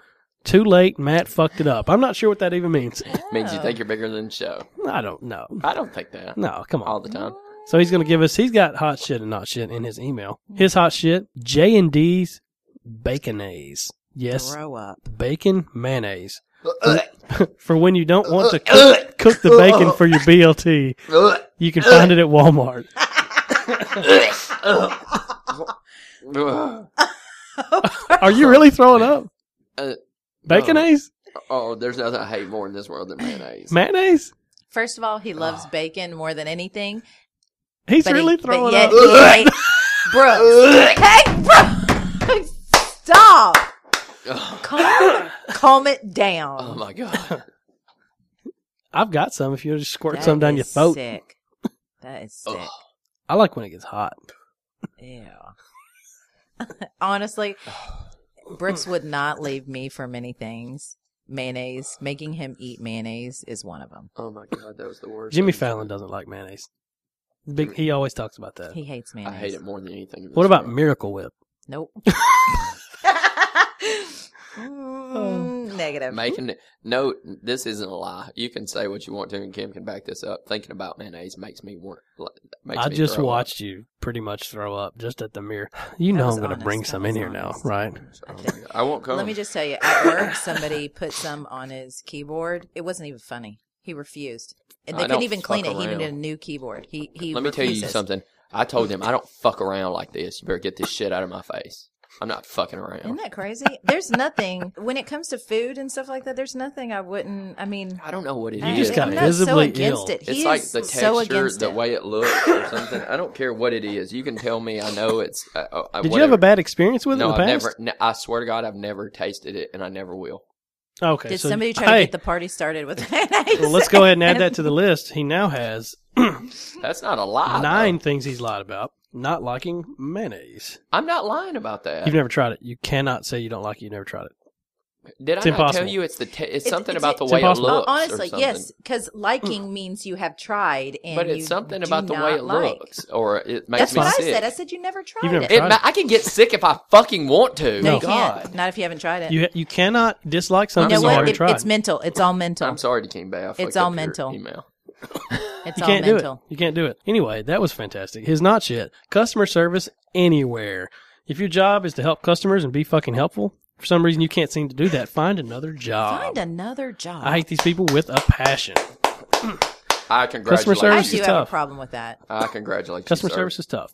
Too late. Matt fucked it up. I'm not sure what that even means. Means you think you're bigger than the show. I don't know. I don't think that. No, come All on. the time. So he's going to give us, he's got hot shit and not shit in his email. His hot shit, J&D's Baconaise. Yes, Grow up. bacon mayonnaise. For when you don't want to cook, cook the bacon for your BLT, you can find it at Walmart. Ugh. Are you really throwing up? Uh, Baconaise? oh, there's nothing I hate more in this world than mayonnaise. Mayonnaise? First of all, he loves bacon more than anything. He's But really he, but throwing yet up. he hates Brooks. hey, Brooks, stop. Calm, calm it down. Oh my god! I've got some. If you just squirt That some down your is throat, Sick. That is sick. I like when it gets hot. Ew. Honestly, Brooks would not leave me for many things. Mayonnaise, making him eat mayonnaise is one of them. Oh my god, that was the worst. Jimmy Fallon doesn't like mayonnaise. Big, he always talks about that. He hates I mayonnaise. hate it more than anything. in this What about world. Miracle Whip? Nope. Mm, negative. making it? No, this isn't a lie. You can say what you want to, and Kim can back this up. Thinking about mayonnaise makes me want. Makes I me just throw up. watched you pretty much throw up just at the mirror. You That know was I'm going to honest. bring That some was in here honest. now, right? Oh my God. I won't come. Let me just tell you, at work, somebody put some on his keyboard. It wasn't even funny. He refused, and I they don't couldn't even fuck clean it. He around. needed a new keyboard. He he. Let me tell you refuses. something. I told him I don't fuck around like this. You better get this shit out of my face. I'm not fucking around. Isn't that crazy? There's nothing when it comes to food and stuff like that. There's nothing I wouldn't. I mean, I don't know what it is. You just got I'm gotta not so visibly against ill. it. It's He like is the so texture, against the it. way it looks, or something. I don't care what it is. You can tell me. I know it's. Uh, uh, Did you have a whatever. bad experience with it No, in the I've past? never. n- I swear to God, I've never tasted it, and I never will. Okay. Did so- somebody try hey, to get the party started with mayonnaise? well, let's go ahead and add that to the list. He now has That's not a lie. though. nine things he's lied about. Not liking mayonnaise. I'm not lying about that. You've never tried it. You cannot say you don't like it. You never tried it. Did I It's not impossible. tell you it's the? Te- it's It's- something it's- about the it's way it impossible. looks. or Honestly, something. yes, because liking means you have tried, and But you it's something do about the way not it like. looks, or it makes That's me what sick. I said. I said you never tried never it. tried It ma- I can get sick if I fucking want to. No, No. you God. can't. Not if you haven't tried it. You you cannot dislike You something know you what? haven't It- tried. it's mental. It's all mental. I'm sorry, to King Bay. I fucked It's up all your mental. Email. It's you all can't mental. do it. You can't do it. Anyway, that was fantastic. His not shit. Customer service anywhere. If your job is to help customers and be fucking helpful, for some reason you can't seem to do that. Find another job. Find another job. I hate these people with a passion. I congratulate I service do you. is have a tough. problem with that. I congratulate you, Customer sir. service is tough.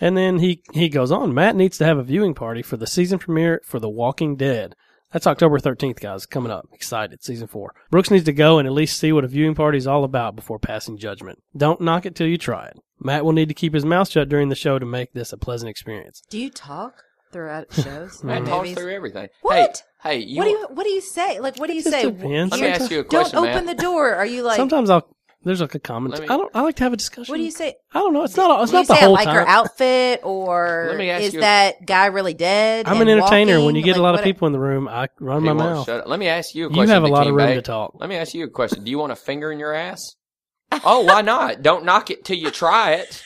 And then he he goes on. Matt needs to have a viewing party for the season premiere for The Walking Dead. That's October 13th, guys. Coming up. Excited. Season 4. Brooks needs to go and at least see what a viewing party is all about before passing judgment. Don't knock it till you try it. Matt will need to keep his mouth shut during the show to make this a pleasant experience. Do you talk throughout shows? or I talked movies? through everything. What? Hey, hey you, what do you What do you say? Like, what do you just say? depends. Let me You're- ask you a Don't question, open Matt. the door. Are you like? Sometimes I'll there's like a comment. Let me- I don't. I like to have a discussion. What do you say? I don't know. It's not. It's Do you not the say I whole like time. her outfit, or Let me ask is you- that guy really dead? I'm an and entertainer. walking? When you get Like, a lot of what- people in the room, I run my He won't mouth. shut up. Let me ask you a You question. have a to lot of King room Bay. to talk. Let me ask you a question. Do you want a finger in your ass? oh, why not? Don't knock it till you try it.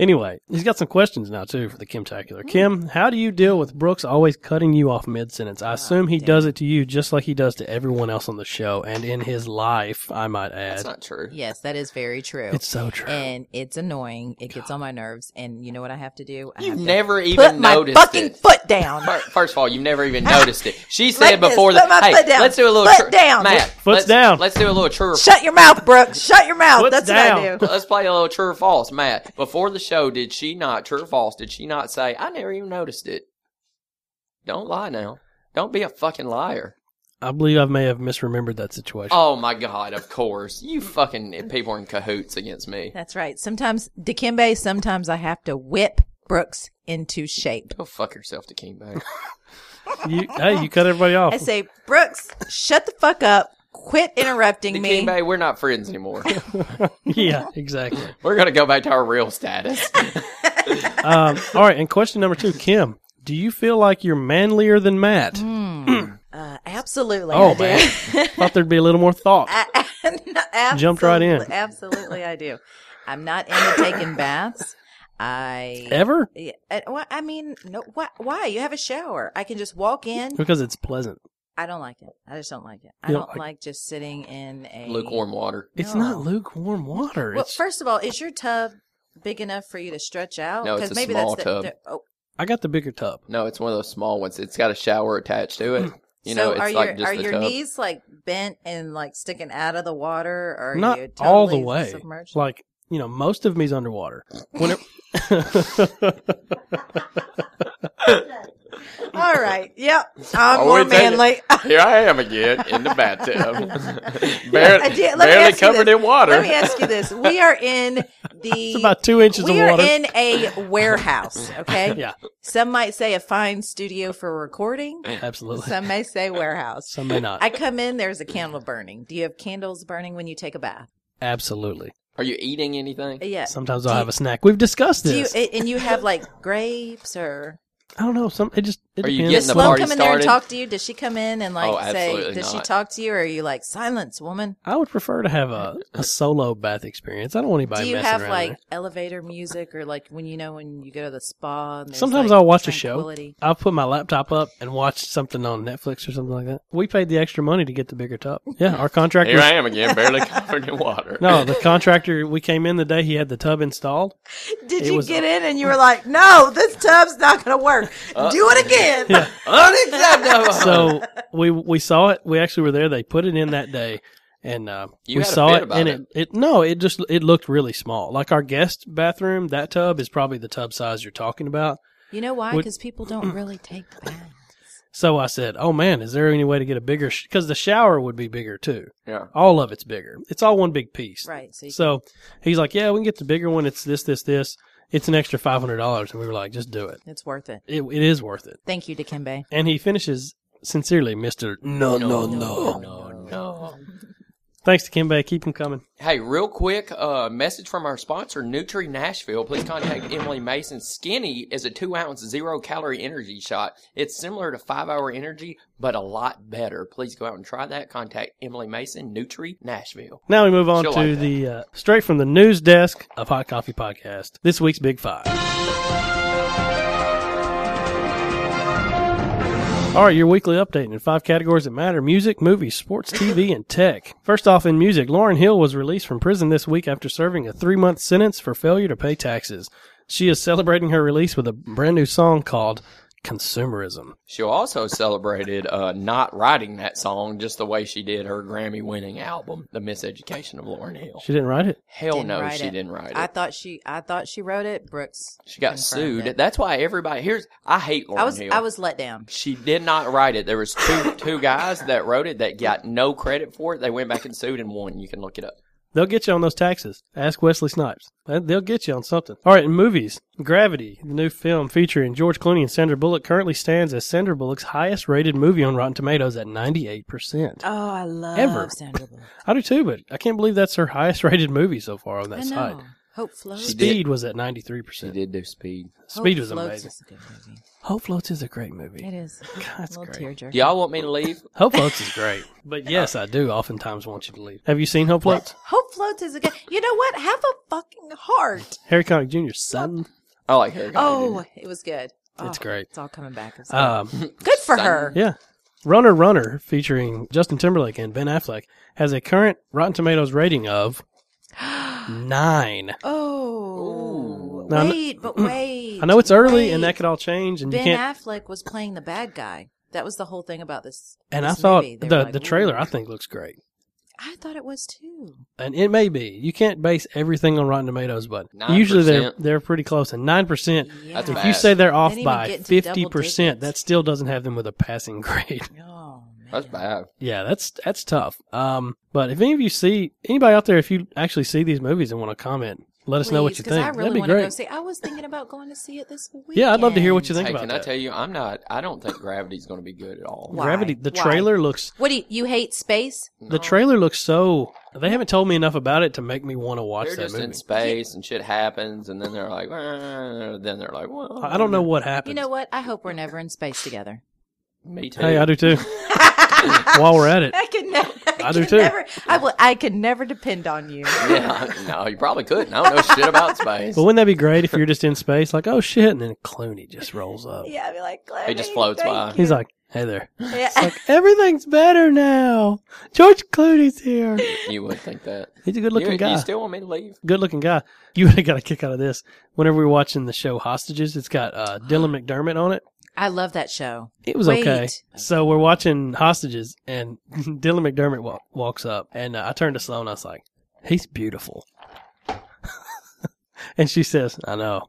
Anyway, he's got some questions now too for the Kim Tacular. Hmm. Kim, how do you deal with Brooks always cutting you off mid sentence? Ah, I assume he does it to you just like he does to everyone else on the show and in his life. I might add, That's not true. Yes, that is very true. it's so true. and it's annoying. It gets on my nerves. And you know what I have to do? I You've have to never put even my noticed fucking it. foot down. Fir- First of all, you've never even noticed it. She said Like this. before Put that. my Hey, foot down. let's do a little Foot tr- down. Matt. Foot's let's, down. Let's do a little true. or Shut your mouth, Brooks. Shut your mouth. Foot's That's what I down. do. Let's play a little true or false, Matt. Before the show, did she not true or false? Did she not say I never even noticed it? Don't lie now. Don't be a fucking liar. I believe I may have misremembered that situation. Oh my god! Of course, you fucking people are in cahoots against me. That's right. Sometimes Dikembe, sometimes I have to whip Brooks into shape. Go fuck yourself, to King Bang. You, hey, you cut everybody off. Oh. I say, Brooks, shut the fuck up. Quit interrupting King me. Bay, we're not friends anymore. yeah, exactly. we're gonna go back to our real status. Um, all right, and question number two, Kim, do you feel like you're manlier than Matt? Uh, absolutely. Oh I do. man, thought there'd be a little more thought. I- Jumped right in. absolutely- Absolutely, I do. I'm not into taking baths. I. Ever Yeah, uh, why- I mean, no. Why? Why you have a shower? I can just walk in. because it's pleasant. I don't like it. I just don't like it. I You don't, don't like, just sitting in a Lukewarm water. It's No. not lukewarm water. Well, It's- first of all, is your tub big enough for you to stretch out? No, it's 'Cause a maybe small that's tub. The, oh, I got the bigger tub. No, it's one of those small ones. It's got a shower attached to it. You know, so it's are like your just are the your tub. knees like bent and like sticking out of the water? Or are not you totally all the way. submerged? Like you know, most of me's underwater. When it, all right. Yep. I'm Oh, more wait, thank you. manly. Here I am again in the bathtub, I barely, did- let me barely ask you covered this. in water. Let me ask you this: We are in the it's about two inches we of are water. in a warehouse. Okay. yeah, Some might say a fine studio for recording. absolutely. Some, Some may say warehouse. may not. I come in, there's a candle burning. Do you have candles burning when you take a bath? absolutely. Are you eating anything? Yeah. Sometimes Uh, Do I'll you- have a snack. We've discussed Do you, this. a- and you have like grapes or I don't know. Some it just it Are you depends. getting does the Sloan party come in there and started? talk to you? Does she come in and like Oh, say absolutely does she not. talk to you or are you like silence woman? I would prefer to have a, a solo bath experience. I don't want anybody Do you messing have around. like there. elevator music or like when you know when you go to the spa? And there's, Sometimes like, I'll watch a show. tranquility? I'll put my laptop up and watch something on Netflix or something like that. We paid the extra money to get the bigger tub. Yeah, our contractor. Here I am again, barely covered in water. No, the contractor. We came in the day he had the tub installed. Did It you was- get in and you were like, no, this tub's not going to work. Uh, Do it again. Unacceptable. so we we saw it. We actually were there. They put it in that day, and uh, You we had a saw fit it. about and it. it. it no, it just it looked really small. Like our guest bathroom, that tub is probably the tub size you're talking about. You know why? Would- Because people don't really take baths. So I said, "Oh man, is there any way to get a bigger? Because the shower would be bigger too. Yeah. All of it's bigger. It's all one big piece. Right. So, you So he's like, "Yeah, we can get the bigger one. It's this, this, this. It's an extra five hundred dollars." And we were like, "Just do it. it's worth it. It, it is worth it." Thank you, Dikembe. And he finishes sincerely, Mister. No, no, no, no, no. Thanks to Kimbe. Keep him coming. Hey, real quick, uh, message from our sponsor, Nutri Nashville. Please contact Emily Mason. Skinny is a two ounce, zero calorie energy shot. It's similar to five hour energy, but a lot better. Please go out and try that. Contact Emily Mason, Nutri Nashville. Now we move on She'll to like that. the uh, straight from the news desk of Hot Coffee Podcast. This week's Big Five. All right, your weekly update in five categories that matter music, movies, sports, TV, and tech. First off, in music, Lauren Hill was released from prison this week after serving a three month sentence for failure to pay taxes. She is celebrating her release with a brand new song called Consumerism. She also celebrated uh, not writing that song just the way she did her Grammy winning album, The Miseducation of Lauren Hill. She didn't write it. Hell Didn't Oh, no, write she it. didn't write it. I thought she, I thought she wrote it. Brooks. she got confirmed sued. it. That's why everybody here's I hate Lauren I was, Hill. I was let down. She did not write it. There was two two guys that wrote it that got no credit for it. They went back and sued and won. You can look it up. They'll get you on those taxes. Ask Wesley Snipes. They- They'll get you on something. All right, in movies, Gravity, the new film featuring George Clooney and Sandra Bullock, currently stands as Sandra Bullock's highest rated movie on Rotten Tomatoes at 98%. Oh, I love Ever. Sandra Bullock. I do too, but I can't believe that's her highest rated movie so far on that I site. know. Hope floats. She Speed did. was at 93%. did do speed. Hope Speed was Floats amazing. is a good movie. Hope Floats is a great movie. It is. that's a little great. tearjerker. Do y'all want me to leave? Hope Floats is great. But yes, I do oftentimes want you to leave. Have you seen Hope Floats? Hope floats is a good. You know what? Have a fucking heart. Harry Connick Jr.'s son. I like her. Oh, it was good. Oh, It's great. It's all coming back. It's good. Um, Good for her. Yeah. Runner Runner featuring Justin Timberlake and Ben Affleck has a current Rotten Tomatoes rating of nine. Oh, Now, I kn- wait, but wait. I know it's early and wait. that could all change and you Ben can't Affleck was playing the bad guy. That was the whole thing about this. and I this thought movie. They were the like, the "Ooh." trailer I think looks great. I thought it was too. And it may be. You can't base everything on Rotten Tomatoes, but 9%. usually they're they're pretty close and nine percent Yeah. That's if you fast. say they're off Didn't even by get to double fifty percent, digits. that still doesn't have them with a passing grade. Oh man, That's bad. Yeah, that's that's tough. Um, but if any of you see anybody out there, if you actually see these movies and want to comment, let us know what you think. Because I really That'd be want to go great. see. I was thinking about going to see it this week. Yeah, I'd love to hear what you think Hey, about can I that. tell you? I'm not. I don't think gravity's going to be good at all. Why? Gravity. The Why? trailer looks. What do you, you hate? Space? The trailer looks so. They haven't told me enough about it to make me want to watch They're that just movie. in space and shit happens, and then they're like, "Eh," then they're like, well, I I don't know what happened. You know what? I hope we're never in space together. Me too. hey, I do too. While we're at it, I could never. I, I do could too. Never, I will. I could never depend on you. Yeah, no, you probably couldn't. I don't know shit about space. but wouldn't that be great if you're just in space, like oh shit, and then Clooney just rolls up. Yeah, I'd be like, It just floats by. He's like, hey there. Yeah. Like everything's better now. George Clooney's here. You would think that. He's a good looking you, guy. you still want me to leave? good looking guy. You would have got a kick out of this. Whenever we were watching the show Hostages, it's got uh, Dylan McDermott on it. I love that show. It was Wait. okay. So we're watching Hostages, and Dylan McDermott wa- walks up, and uh, I turned to Sloan. I was like, "He's beautiful," and she says, "I know,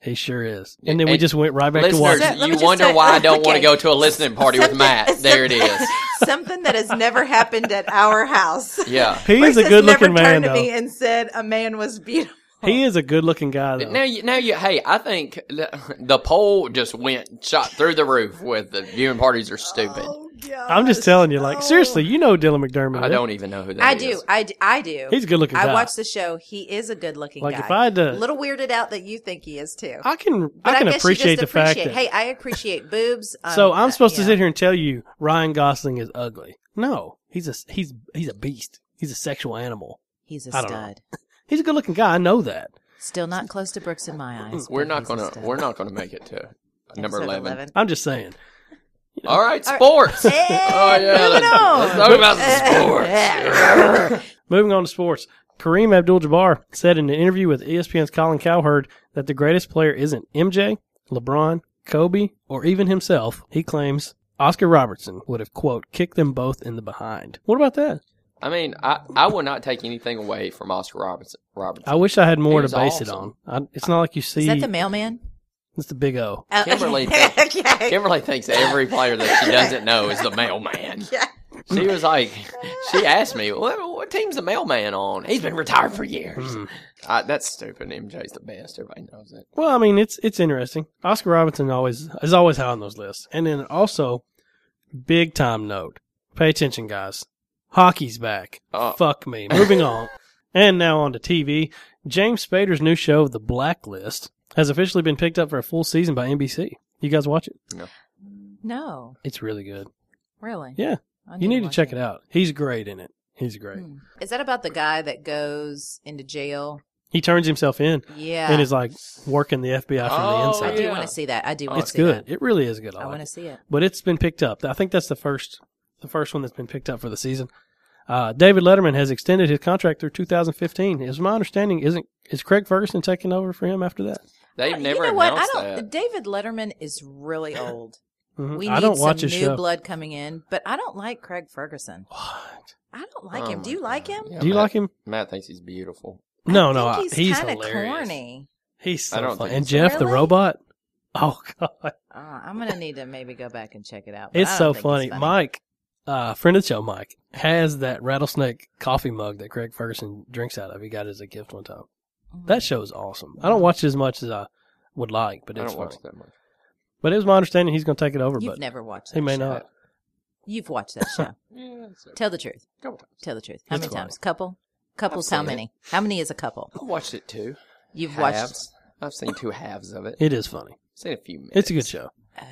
he sure is." And then we And- just went right back to Listeners, watching. Let me you just wonder say- why I don't want to okay. go to a listening party with Something- Matt. There it is. Something that has never happened at our house. Yeah. He Brooks is a has good never looking man, turned to me though. and said a man was beautiful. He is a good looking guy, though. Now you, now you, hey, I think the, the poll just went shot through the roof with the viewing parties are stupid. I'm just telling you, like seriously, you know Dylan McDermott. I is. don't even know who that Oh, I is. do. I do. I do. He's a good looking guy. I watch the show. He is a good looking Like guy. if I had to- a little weirded out that you think he is too. I can. But I can guess you appreciate just the fact appreciate- that. Hey, I appreciate boobs. Um, So I'm supposed to yeah. sit here and tell you Ryan Gosling is ugly. No, he's a he's he's a beast. He's a sexual animal. He's a I don't know. stud. He's a good looking guy. I know that. Still not close to Brooks in my eyes. Mm, We're but not he's a gonna. stud. We're not gonna make it to number Episode eleven. I'm just saying. All right, All right. sports. Hey, Oh yeah, moving let's, on. let's talk about some sports. Moving on to sports. Kareem Abdul-Jabbar said in an interview with E ESPN's Colin Cowherd that the greatest player isn't MJ, LeBron, Kobe, or even himself. He claims Oscar Robertson would have quote kicked them both in the behind. What about that? I mean, I, I will not take anything away from Oscar Robertson. Robertson. I wish I had more He to was base it on. awesome. I, it's not like you see Is that the mailman? It's the big O. Oh, Kimberly- okay. Kimberly thinks every player that she doesn't know is the mailman. Yeah. She was like, she asked me, what, what team's the mailman on? He's been retired for years. Uh, that's stupid. MJ's the best. Everybody knows it. Well, I mean, it's it's interesting. Oscar Robinson always is always high on those lists, and then also big time note. Pay attention, guys. Hockey's back. Oh. Fuck me. Moving on, and now on to TV. James Spader's new show, The Blacklist, has officially been picked up for a full season by NBC. You guys watch it? No, It's really good. really. Yeah. I You need to watch check it out. He's great in it. He's great. Hmm. Is that about the guy that goes into jail? He turns himself in Yeah. and is like working the FBI from the Oh, I inside. do Yeah. want to see that. I Oh, do want to It's see good. that. It really is good. I I like want it. to see it. but it's been picked up. I think that's the first the first one that's been picked up for the season. Uh, David Letterman has extended his contract through 2015. Is my understanding isn't is Craig Ferguson taking over for him after that? They've You never know what? I announced don't. that. David Letterman is really old. Mhm. We need I don't some watch new his show. blood coming in, but I don't like Craig Ferguson. What? I don't like Oh him. Do my you like God. him? Yeah, Do you Matt- like him? Matt thinks he's beautiful. No, I no, think I- he's kind of hilarious. corny. He's so I don't funny. think And so. Jeff the Really? robot. Oh god, Uh, I'm gonna need to maybe go back and check it out. but I it's don't so think funny. Mike, uh, friend of the show, Mike has that rattlesnake coffee mug that Craig Ferguson drinks out of. He got it as a gift one time. Mm. That show is awesome. I Mm-hmm. don't watch it as much as I would like, but I it's don't funny. watch that much. But it was my understanding he's going to take it over. You've but never watched. That He may show. not. You've watched that show. Yeah, it's okay. Tell the truth. Couple times. Tell the truth. How It's many funny. times? Couple. Couples. I've How seen many? How many is a couple? I watched it too. You've watched. Halves. I've seen two halves of it. It is funny. seen a few minutes. It's a good show.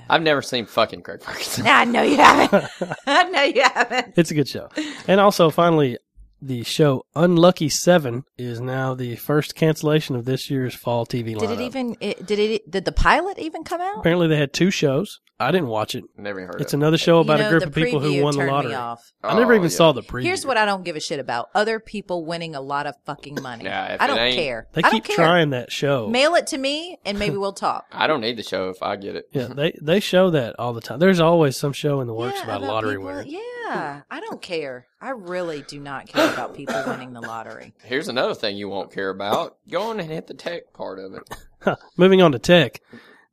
I've never seen fucking Craig Ferguson. No, I know you haven't. I know you haven't. It's a good show. And also, finally, the show Unlucky Seven is now the first cancellation of this year's fall TV lineup. Did it even? It, did it? Did the pilot even come out? Apparently, they had two shows. I didn't watch it. Never heard It's of another show You Oh, about know, a group the of people who preview won the turned me lottery. I off. never Oh, even yeah. saw the preview. Here's what I don't give a shit about: other people winning a lot of fucking money. Yeah, if I it don't ain't- care. they I keep don't care. trying that show. Mail it to me, and maybe we'll talk. I don't need the show if I get it. yeah, they they show that all the time. There's always some show in the works Yeah, about, lottery people- winner. Yeah, I don't care. I really do not care about people winning the lottery. Here's another thing you won't care about. Go on and hit the tech part of it. Moving on to tech,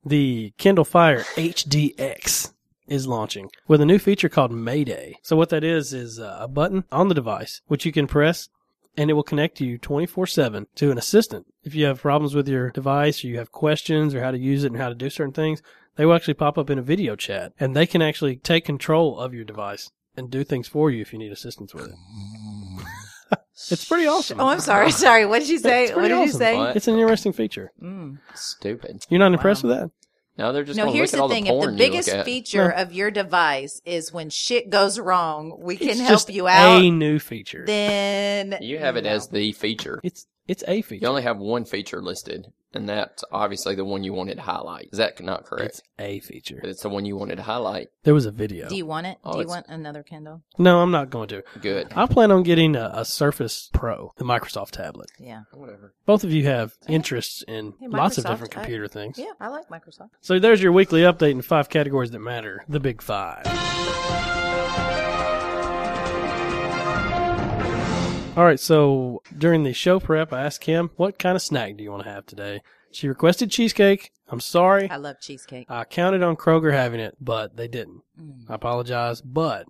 the Kindle Fire HDX is launching with a new feature called Mayday. So what that is is uh, a button on the device which you can press and it will connect you 24/7 to an assistant. If you have problems with your device or you have questions or how to use it and how to do certain things, they will actually pop up in a video chat and they can actually take control of your device and do things for you if you need assistance with it. it's pretty awesome. Oh, I'm sorry. Sorry. What did you say? It's What pretty did you awesome. say? What? It's an interesting feature. Mm. Stupid. You're not impressed with that? No, they're just No, gonna here's look at all the thing. the if porn the you biggest look at. feature of your device is when shit goes wrong, we can It's help just you out. A new feature. Then you have it know. as the feature. It's it's a You feature. only have one feature listed, and that's obviously the one you wanted to highlight. Is that not correct? It's a feature. But it's the one you wanted to highlight. There was a video. Do you want it? Oh, Do you it's- want another Kindle? no, I'm not going to. Good. I plan on getting a, a Surface Pro, the Microsoft tablet. Yeah. Whatever. Both of you have interests in Hey, lots of Microsoft, different I- computer things. Yeah, I like Microsoft. So there's your weekly update in five categories that matter. The big five. All right, so during the show prep, I asked Kim, what kind of snack do you want to have today? She requested cheesecake. I'm sorry. I love cheesecake. I counted on Kroger having it, but they didn't. Mm. I apologize, but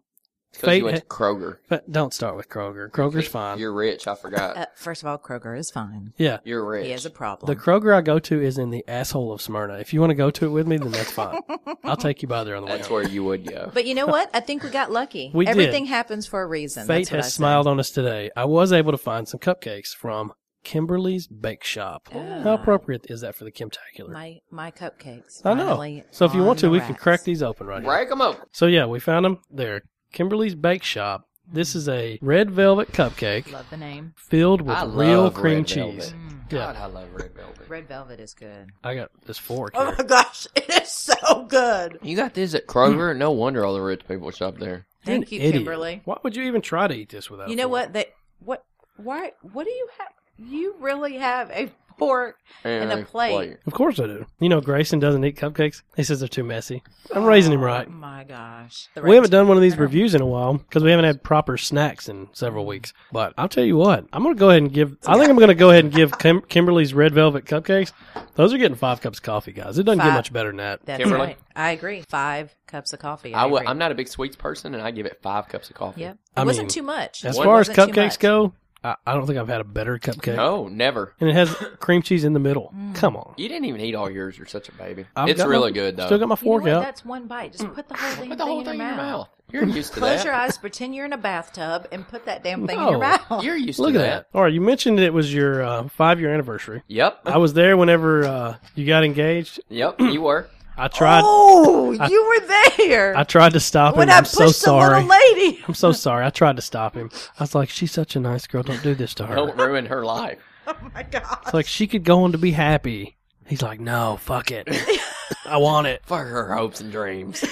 Because Fate you went to ha- Kroger. But don't start with Kroger. Kroger's fine. You're rich. I forgot. Uh, first of all, Kroger is fine. yeah. You're rich. He has a problem. The Kroger I go to is in the asshole of Smyrna. If you want to go to it with me, then that's fine. I'll take you by there on the way. That's home. where you would go. But you know what? I think we got lucky. We did. Everything happens for a reason. Fate That's what I has said. smiled on us today. I was able to find some cupcakes from Kimberly's Bake Shop. How appropriate is that for the Kimtacular? Oh. My my cupcakes. I know. finally So if you on want to, the we can racks. crack these open right here. Break them open. So yeah, we found them there. Kimberly's Bake Shop. This is a red velvet cupcake Hmm. Love the name. filled with I real love cream red cheese. velvet. Mm. Yeah, God, I love red velvet. Red velvet is good. I got this fork. Oh Here. my gosh, it is so good. You got this at Kroger? No wonder all the rich people shop there. You're an Thank you, idiot. Kimberly. Why would you even try to eat this without? a You know fork? what? That what why what do you have? You really have a fork. And, a plate. Of course I do. You know, Grayson doesn't eat cupcakes. He says they're too messy. I'm raising him right. Oh my gosh. The We haven't done one of these I don't- reviews in a while because we haven't had proper snacks in several weeks. But I'll tell you what, I'm going to go ahead and give. I think I'm going to go ahead and give Kim- Kimberly's red velvet cupcakes. Those are getting five cups of coffee, guys. It doesn't get Five. much better than that. That's Kimberly? right. I agree. Five cups of coffee. I would, agree. I'm not a big sweets person, and I give it five cups of coffee. Yeah. It I wasn't mean, too much. As It far as wasn't too cupcakes much. go, I, I don't think I've had a better cupcake. No, never. And it has cream cheese in the middle. Mm. Come on. You didn't even eat all yours. You're such a baby. I've it's got my- really good though. Still got my You know fork what? out. That's one bite. Just put Mm. the whole damn Put the whole thing in your mouth. You're used to Close that. your eyes. Pretend you're in a bathtub and put that damn thing in No. your mouth. You're used Look to at that. that. All right, you mentioned it was your uh, five year anniversary. Yep. I was there whenever uh, you got engaged. Yep. You were. I tried. Oh, you were there I tried to stop when him. I I'm pushed so sorry. the little lady. I'm so sorry. I tried to stop him. I was like, "She's such a nice girl. Don't do this to her." Don't ruin her life. Oh my god. It's like she could go on to be happy. He's like, "No, fuck it. I want it." Fuck her hopes and dreams.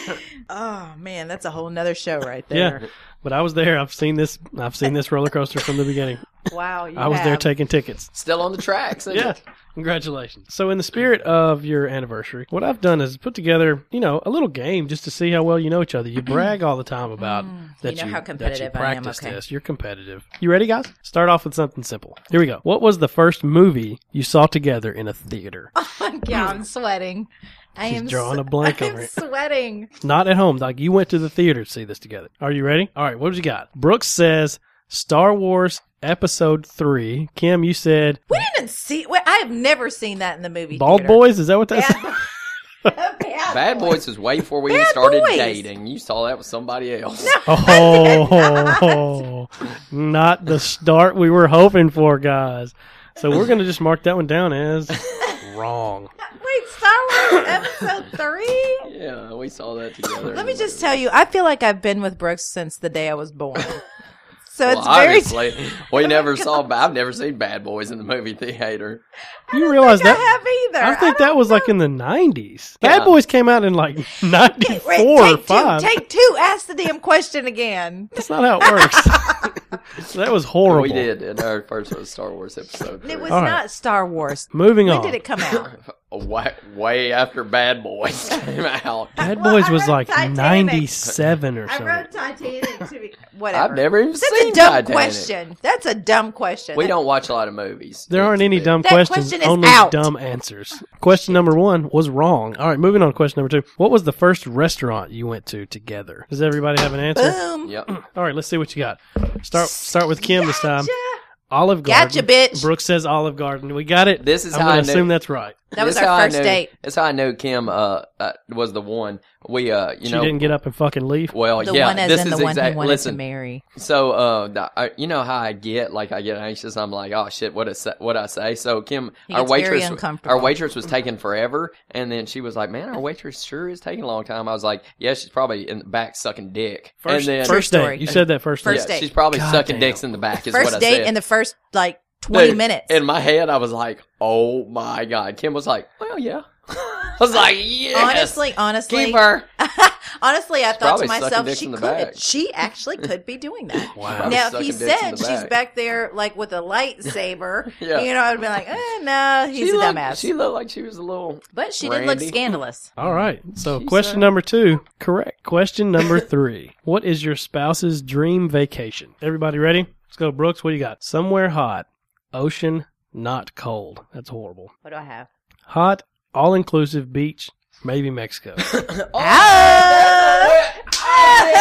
Oh man, that's a whole nother show right Yeah, there. but I was there. I've seen this. I've seen this roller coaster from the beginning. Wow, you I was there have. taking tickets. Still on the tracks. isn't Yeah. it? Congratulations. So, in the spirit of your anniversary, what I've done is put together, you know, a little game just to see how well you know each other. You brag all the time about that Mm. You know how that competitive I am, practice okay. this. You're competitive. You ready, guys? Start off with something simple. Here we go. What was the first movie you saw together in a theater? Oh, yeah, I'm sweating. I She's am drawing s- a blank I'm over it. sweating. Not at home. Like you went to the theater to see this together. Are you ready? All right. What have you got? Brooks says Star Wars Episode Three. Kim, you said We didn't see. Well, I have never seen that in the movie. Bald theater. Boys. Is that what that's? Yeah. Bad, Bad Boys is way before we even Bad started Boys. dating. You saw that with somebody else. Oh, not the start we were hoping for, guys. So we're going to just mark that one down as wrong. Wait, Star Wars Episode Three. Yeah, we saw that together. Let me just tell you, I feel like I've been with Brooks since the day I was born. So Well, it's very. obviously, we never saw. I've never seen Bad Boys in the movie theater. You realize I that? have either. I think that was like in the 90s. Yeah. Bad Boys came out in like 94 Wait, or take 5. two. Take two. Ask the damn question again. That's not how it works. that was horrible. We did in our first Star Wars episode. It was All right. not Star Wars. Moving When on. did it come out? way, way after Bad Boys came out. Bad Well, Boys I was wrote like Titanic. 97 or something. Titanic to be whatever. I've never even That's seen a dumb Titanic. question. That's a dumb question. We That- don't watch a lot of movies. There aren't any dumb That questions, question is only out. dumb answers. Question number one was wrong. All right, moving on to question number two. What was the first restaurant you went to together? Does everybody have an answer? Boom. Yep. All right, let's see what you got. Start start with Kim this time. Gotcha. Olive Garden. Gotcha, bitch. Brooks says Olive Garden. We got it. This is I'm how gonna I knew- assume that's right. That was That's our how I first knew- date. That's how I knew Kim uh, uh, was the one. We, uh, you she know, didn't get up and fucking leave. well, The yeah, one as this in is the one exact- he wanted listen, to marry. So, uh, the, I, you know how I get like I get anxious. I'm like, oh shit, what is what I say? So Kim, He our gets very waitress, uncomfortable. our waitress was taking forever, and then she was like, man, our waitress sure is taking a long time. I was like, yeah, she's probably in the back sucking dick, First, and then first True date. story. You said that first, First date. yeah, date. she's probably God sucking damn. dicks in the back. Is what I First date said. in the first like twenty Dude, minutes. In my head, I was like, oh my god. Kim was like, well, yeah. I was like, yes. Honestly, honestly, keep her. honestly, I thought probably to sucking myself, dicks she in the could. back. She actually could be doing that. Wow. Now, if Sucking he dicks in said the she's back. back there like with a lightsaber, Yeah. you know, I'd be like, eh, no, he's she a looked, dumbass. She looked like she was a little. but she did look Randy. scandalous. All right. So, She question said- number two, correct. Question number three. what is your spouse's dream vacation? Everybody ready? Let's go, Brooks. What do you got? Somewhere hot, ocean, not cold. That's horrible. What do I have? Hot, all inclusive beach, maybe Mexico. Ah! Oh, yeah.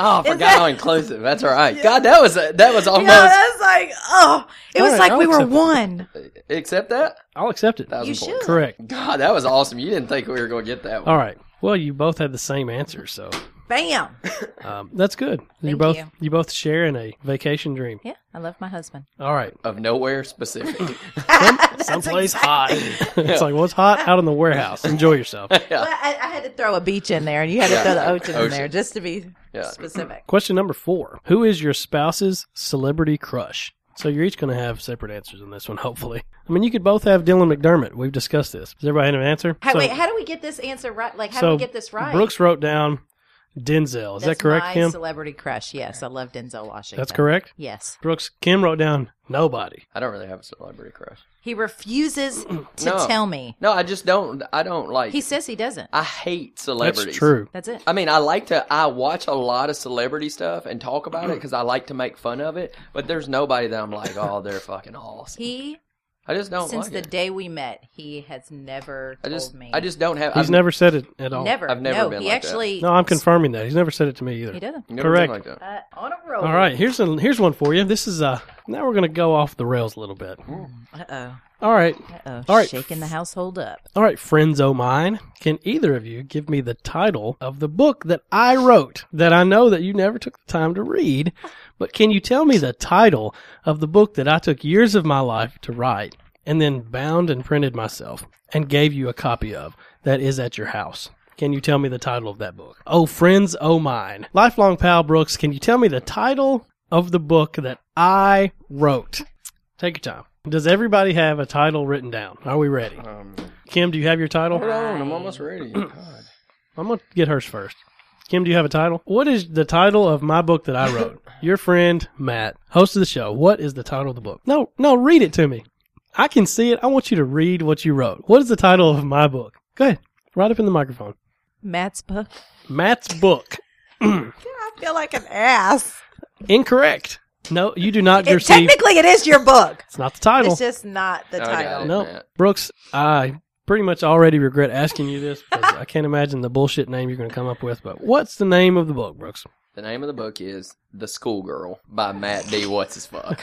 Oh, I Is forgot that- how inclusive. That's all right. God, that was that was Yeah, almost. that's like, oh, it All was right, like I'll we were accept it. one. Except that I'll accept it. That was You important. should. Correct. God, that was awesome. You didn't think we were going to get that one. All right. Well, you both had the same answer, so Bam. um, that's good. You're Thank both you. you both sharing a vacation dream. Yeah, I love my husband. All right. Of nowhere specific. Someplace hot. it's like, well, it's hot out in the warehouse. Enjoy yourself. Well, I, I had to throw a beach in there, and you had to Yeah, throw the ocean, in ocean. there just to be Yeah. specific. Question number four Who is your spouse's celebrity crush? So you're each going to have separate answers on this one, hopefully. I mean, you could both have Dylan McDermott. We've discussed this. Does everybody have an answer? How, So- wait, how do we get this answer right? Like, how do we get this right? Brooks wrote down Denzel. Is That's that correct, my Kim? Celebrity crush. Yes, I love Denzel Washington. That's correct. Yes, Brooks, Kim wrote down nobody. I don't really have a celebrity crush. he refuses to No. tell me. No, I just don't. I don't like. He says he doesn't. I hate celebrities. That's true. That's it. I mean, I like to. I watch a lot of celebrity stuff and talk about it Mm. because I like to make fun of it. But there's nobody that I'm like, oh, they're fucking awesome. He I just don't since like the it. day we met, he has never I told just, me. I just don't have. He's I've never said it at all. never. I've never no, been he like that. actually. No, I'm confirming that. He's never said it to me either. He doesn't. never been correct. Like that. Uh, on a roll. All right, here's a, here's one for you. This is uh now we're gonna go off the rails a little bit. Uh oh. All right, Uh All oh. right. Shaking the household up. all right, friends o' mine. Can either of you give me the title of the book that I wrote that I know that you never took the time to read, but can you tell me the title of the book that I took years of my life to write and then bound and printed myself and gave you a copy of that is at your house? Can you tell me the title of that book? Oh, friends, oh mine. Lifelong pal Brooks, can you tell me the title of the book that I wrote? Take your time. Does everybody have a title written down? Are we ready? Kim, do you have your title? Hold Um, on, I'm almost ready. God. I'm going to get hers first. Kim, do you have a title? What is the title of my book that I wrote? Your friend, Matt, host of the show. What is the title of the book? No, no, read it to me. I can see it. I want you to read what you wrote. What is the title of my book? Go ahead. Right up in the microphone. Matt's book. Matt's book. I feel like an ass. Incorrect. No, you do not It, receive. technically, it is your book. It's not the title. It's just not the Oh, No, I got title. it. no, Matt. Brooks, I pretty much already regret asking you this because I can't imagine the bullshit name you're going to come up with. But what's the name of the book, Brooks? The name of the book is The Schoolgirl by Matt D. What's His Fuck.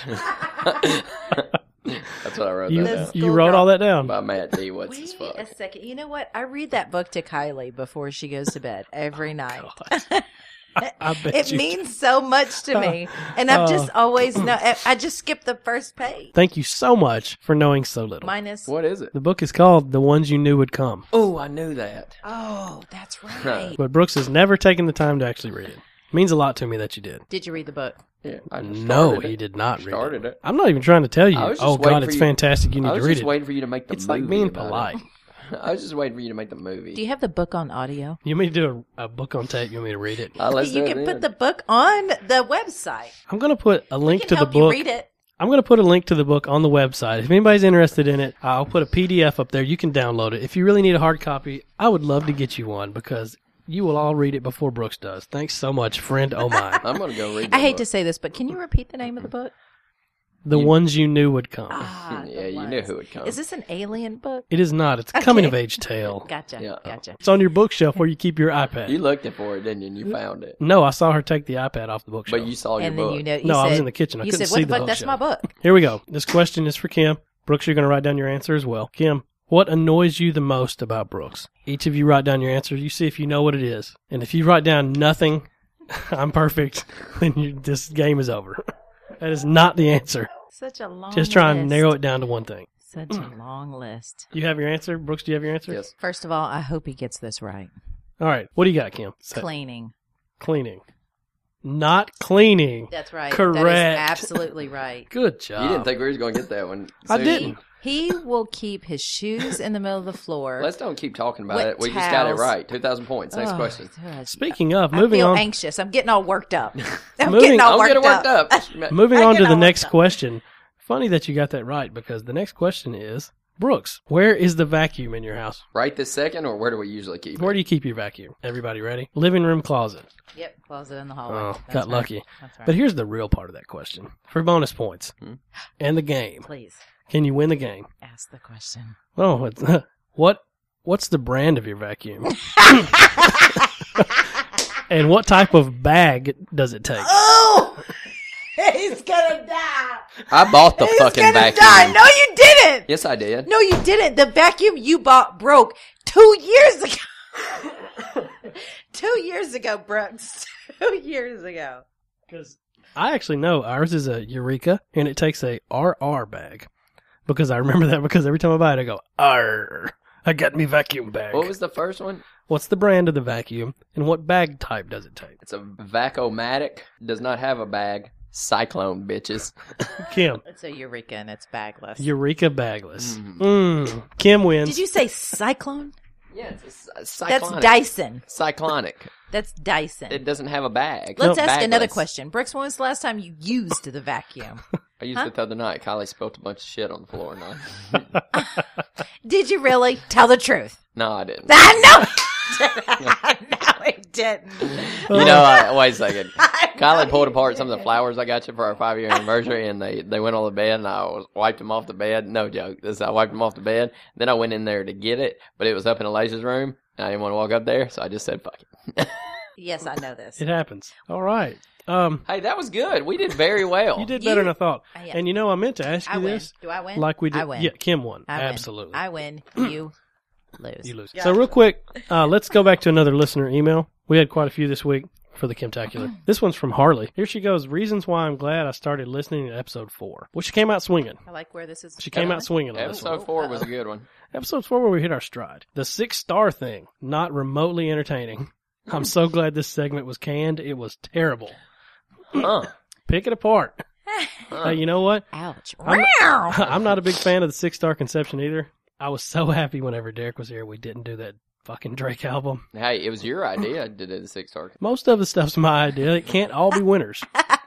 That's what I wrote You, that down. This- you wrote all that down. By Matt D. What's His Wait Fuck. a second. You know what? I read that book to Kylie before she goes to bed every night. I bet it Oh, you. Uh, means so much to me, and I've just always know. I just skip the first page. Thank you so much for knowing so little. Minus. What is it? the book is called The Ones You Knew Would Come, Oh, I knew that. Oh, that's right. but Brooks has never taken the time to actually read it. means a lot to me that you did. Did you read the book? Yeah, I just No, started he it. did not read Started it. it. I'm not even trying to tell you. I was just Oh waiting God, for it's you- fantastic. You need to I was read just it. waiting for you to make the it's movie. like being about it. polite. I was just waiting for you to make the movie. Do you have the book on audio? You mean to do a, a book on tape? You mean to read it? I listened You to can Oh, it put in. the book on the website. I'm gonna put a We link can to the help book. you read it. I'm going to put a link to the book on the website. If anybody's interested in it, I'll put a PDF up there. You can download it. If you really need a hard copy, I would love to get you one because you will all read it before Brooks does. Thanks so much, friend. Oh my. I'm gonna go read. I hate the to say this, but can you repeat the name of the book? the ones you knew would come. Ah, Yeah, the you knew ones. who would come. Is this an alien book? It is not. It's a coming of age tale. Gotcha. Oh, Yeah. Gotcha. It's on your bookshelf where you keep your iPad. book. You looked it for it, didn't you? And you found it, no, I saw her take the iPad off the bookshelf. but you saw And then your book. you know, you No, I was said- in the kitchen. I you couldn't said, see "What the the whole fuck? That's my show." book." Here we go. This question is for Kim. Brooks, you're going to write down your answer as well. Kim, what annoys you the most about Brooks? Each of you write down your answer. You see if you know what it is. And if you write down nothing, I'm perfect, then you, this game is over. That is not the answer. Such a long. Just try and list. narrow it down to one thing. Such a Mm. long list. You have your answer? Brooks, do you have your answer? yes. First of all, I hope he gets this right. All right. What do you got, Kim? Say- Cleaning. Cleaning. Not cleaning. That's right. That Correct. is absolutely right. Good job. You didn't think we were going to get that one. I Susan, didn't. He will keep his shoes in the middle of the floor. Let's don't keep talking about What it. We just got it towels? right. Two thousand points. Next Oh, question. gosh. Speaking of, I moving feel on. anxious. I'm getting all worked up. I'm Moving- getting all Don't worked, get it worked up. up. Moving I on get to the all next worked up. question. Funny that you got that right because the next question is Brooks, where is the vacuum in your house? right this second, or where do we usually keep Where it? do you keep your vacuum? Everybody ready? Living room closet. Yep, closet in the hallway. Oh, That's got right. lucky. That's right. But here's the real part of that question for bonus points and the game. Please Can you win the game? ask the question. Oh, it's, what what's the brand of your vacuum? and what type of bag does it take? Oh, he's gonna die. I bought the fucking vacuum. No, you didn't. Yes, I did. No, you didn't. The vacuum you bought broke two years ago. two years ago, Brooks. Two years ago. Because I actually know ours is a Eureka, and it takes a RR bag because I remember that because every time I buy it, I go R. I got me vacuum bag. What was the first one? What's the brand of the vacuum, and what bag type does it take? It's a Vacomatic. Does not have a bag. Cyclone, bitches. Kim, It's a Eureka and it's bagless. Mm-hmm. Eureka bagless. Mm. Kim wins. Did you say cyclone? Yeah, it's a cy- That's cyclonic. Dyson. Cyclonic. That's Dyson. It doesn't have a bag. Let's ask Bagless. another question. Brooks, when was the last time you used the vacuum? I used it the other night. Kylie spilt a bunch of shit on the floor. No, Did you really? Tell the truth. no I didn't. I know. no, it didn't. Oh, You know, I, wait a second. Kylie pulled apart some of the flowers I got you for our five year anniversary, and they, they went on the bed, and I was- wiped them off the bed. No joke. This I wiped them off the bed. Then I went in there to get it, but it was up in Elijah's room, and I didn't want to walk up there, so I just said, fuck it. Yes, I know this. It happens. All right. Um, Hey, that was good. We did very well. you did better than I thought. I am. And you know, I meant to ask you I win. this, Do I win? like we did. I win. Yeah, Kim won. I win. Absolutely. I win. You lose. You lose. So real quick, uh, let's go back to another listener email. We had quite a few this week for the Kim Tacular. Mm. this one's from Harley. Here she goes. Reasons why I'm glad I started listening to episode four. Well, she came out swinging. I like where this is. She came going. out swinging on this one. Episode four was a good one. Episode four where we hit our stride. The six star thing, not remotely entertaining. I'm so glad this segment was canned. It was terrible. Huh. Pick it apart. Hey, you know what? Ouch. I'm not a big fan of the six star conception either. I was so happy whenever Derek was here. We didn't do that fucking Drake album. Hey, it was your idea to do the six star. Most of the stuff's my idea. It can't all be winners.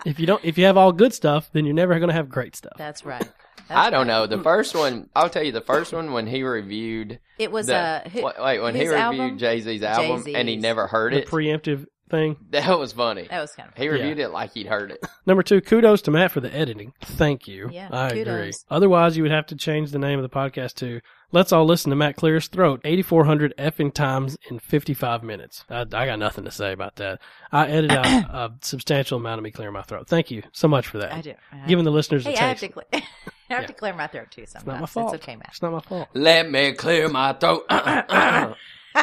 if you don't, if you have all good stuff, then you're never going to have great stuff. That's right. I don't know. The first one, I'll tell you, the first one when he reviewed It was the, uh, who, wait, wait, when he whose album? reviewed Jay Z's album and he Jay-Z's. never heard The it. preemptive thing. that was funny. That was kind of. He reviewed it like he'd heard it. Number two, kudos to Matt for the editing. Thank you. Yeah, I agree. kudos. Otherwise, you would have to change the name of the podcast to Let's All Listen to Matt Clear's Throat 8,400 effing times in 55 minutes. I, I got nothing to say about that. I edited out a substantial amount of me clearing my throat. Thank you so much for that. I do. I- Giving the listeners Hey, a I have taste. to. Cle- I have to clear my throat too. Sometimes it's not my fault. It's okay, Matt. It's not my fault. Let me clear my throat.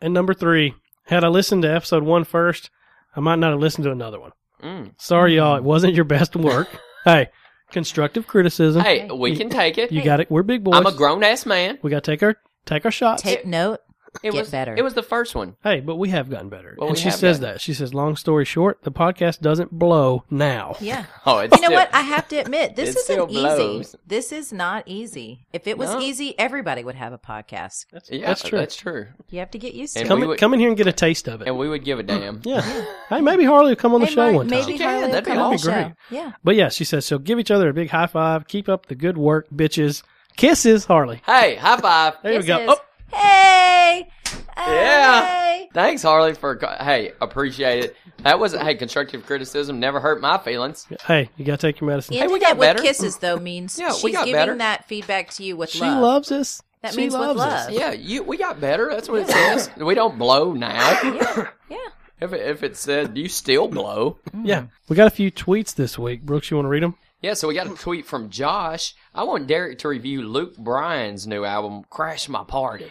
And number three, had I listened to episode one first, I might not have listened to another one. Mm. Sorry, y'all, it wasn't your best work. hey, constructive criticism. hey, we can take it. you got it. We're big boys. I'm a grown ass man. we got to take our take our shots. Take note. It Get was better. It was the first one. hey, but we have gotten better. Well, and we she have says gotten- that. She says, long story short, the podcast doesn't blow now. Yeah. Oh, it's You know still- what? I have to admit, this It still isn't easy. blows. This is not easy. If it was No. easy, everybody would have a podcast. That's, yeah, that's true. That's true. You have to get used to And it. come, we in, would- come in here and get a taste of it. And we would give a damn. yeah. hey, maybe Harley will come on the Hey, show Mark, one time. maybe can, Harley will that'd be come on the awesome. That'd be show. Yeah. But yeah, she says, so give each other a big high five. Keep up the good work, bitches. Kisses, Harley. Hey, high five. There we go. Kisses. Oh, Hey. Yeah. Hey. Thanks, Harley, for hey, appreciate it. That wasn't hey, constructive criticism never hurt my feelings. Hey, you gotta take your medicine. Ending we got it with better. kisses though means Yeah, we she's got giving better. that feedback to you with she love. loves us. That She means with loves us. love. Yeah, you we got better. That's what it says. We don't blow now. yeah. If it, if it said you still blow, Mm-hmm. Yeah, we got a few tweets this week. Brooks, you want to read them? Yeah, so we got a tweet from Josh. I want Derek to review Luke Bryan's new album, Crash My Party.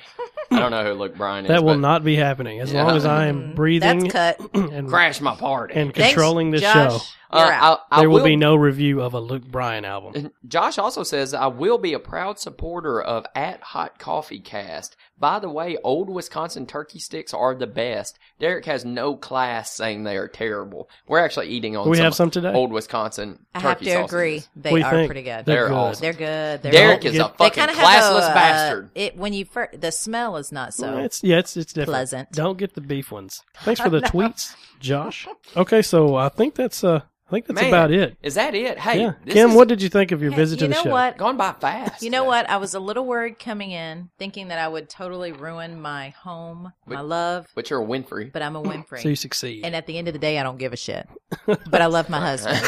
I don't know who Luke Bryan is. That will but not be happening as Yeah. long as I am breathing Mm-hmm. That's cut. and, Crash My Party. and Thanks, controlling this Josh. show. Uh, You're out. I, I there will, be no review of a Luke Bryan album. Josh also says, I will be a proud supporter of At Hot Coffee Cast. By the way, old Wisconsin turkey sticks are the best. Derek has no class saying they are terrible. We're actually eating on We some, have some today. old Wisconsin I turkey have to sausages. agree. They What do you are think? pretty good. They're They're, They're good. awesome. good. They're Derek Don't is a get- They fucking kind of have a, classless uh, bastard. It when you first the smell is not so. It's yeah, it's it's different. Pleasant. Don't get the beef ones. Thanks for the tweets, Josh. Okay, so I think that's uh, I think that's Man, about it. Is that it? Hey, yeah, this Kim, is what did you think of your visit you to the know show? what? gone by fast. You know today. what? I was a little worried coming in, thinking that I would totally ruin my home, my love, But you're a Winfrey. but I'm a Winfrey. So you succeed. and at the end of the day, I don't give a shit. But I love my husband.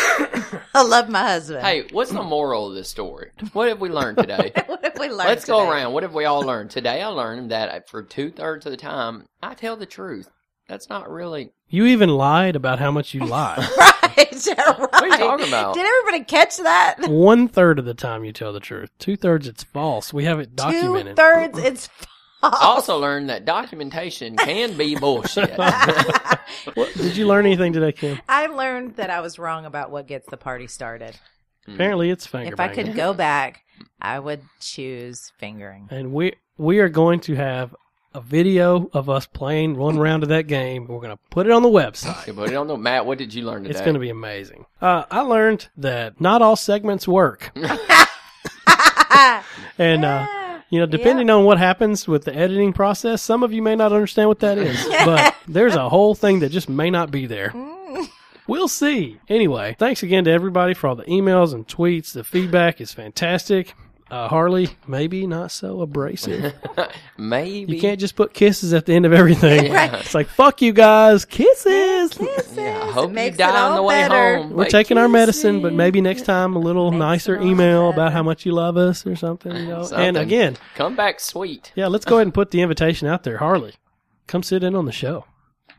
I love my husband. Hey, what's the moral of this story? What have we learned today? what have we learned? Let's go today? around. What have we all learned? Today I learned that for two thirds of the time, I tell the truth. That's not really. you even lied about how much you lied. Right, right. What are you talking about? Did everybody catch that? One third of the time you tell the truth. Two thirds it's false. We have it Two documented. thirds, it's I Oh. also learned that documentation can be bullshit. What- did you learn anything today, Kim? I learned that I was wrong about what gets the party started. Apparently, it's finger If I banging. could go back, I would choose fingering. and we we are going to have a video of us playing one round of that game. We're going to put it on the website. Okay, but I don't know, Matt. What did you learn today? It's going to be amazing. Uh, I learned that not all segments work, and uh, You know, depending on what happens with the editing process, some of you may not understand what that is, but there's a whole thing that just may not be there. We'll see. Anyway, thanks again to everybody for all the emails and tweets. The feedback is fantastic. Uh, Harley, maybe not so abrasive. Maybe. You can't just put kisses at the end of everything. Right. It's like, fuck you guys, kisses. Yeah, I It hope you makes it die on all the way better. home. We're Like, taking our medicine, but maybe next time a little nicer it all email better. about how much you love us or something. You know? And Something. again, Come back sweet. yeah, let's go ahead and put the invitation out there. Harley, come sit in on the show.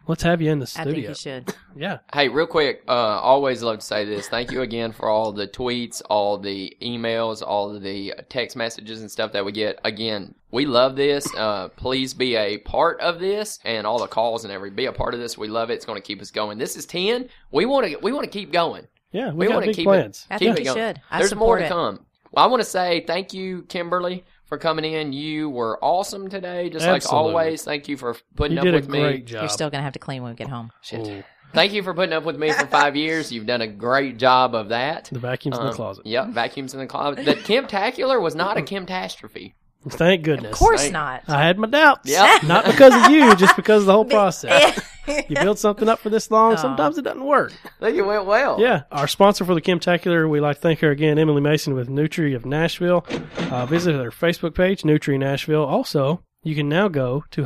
Let's have you in the I think studio. you should. Yeah. Hey, real quick, uh, always love to say this. Thank you again for all the tweets, all the emails, all the text messages and stuff that we get. Again, we love this. Uh, please be a part of this and all the calls and every be a part of this. We love it. It's going to keep us going. This is 10. We want to we want to keep going. Yeah. We, got want to big keep plans. it. I keep think it you going. should. I There's support more to it. come. Well, I want to say thank you, Kimberly, for coming in. You were awesome today, just Absolutely. like always. Thank you for putting You up did a with me. great job. You're still gonna have to clean when we get home. Shit. Ooh. Thank you for putting up with me for five years. You've done a great job of that. the vacuum's in the Um, closet. Yep, vacuums in the closet. The Kemptacular was not a Kemptastrophe. Thank goodness. Of course Right. not. I had my doubts. Yep. Not because of you, just because of the whole process. you build something up for this long, sometimes it doesn't work. I think it went well. Yeah, our sponsor for the Kim Tacular, we'd like to thank her again, Emily Mason with Nutri of Nashville. Uh, visit their Facebook page, Nutri Nashville. Also, you can now go to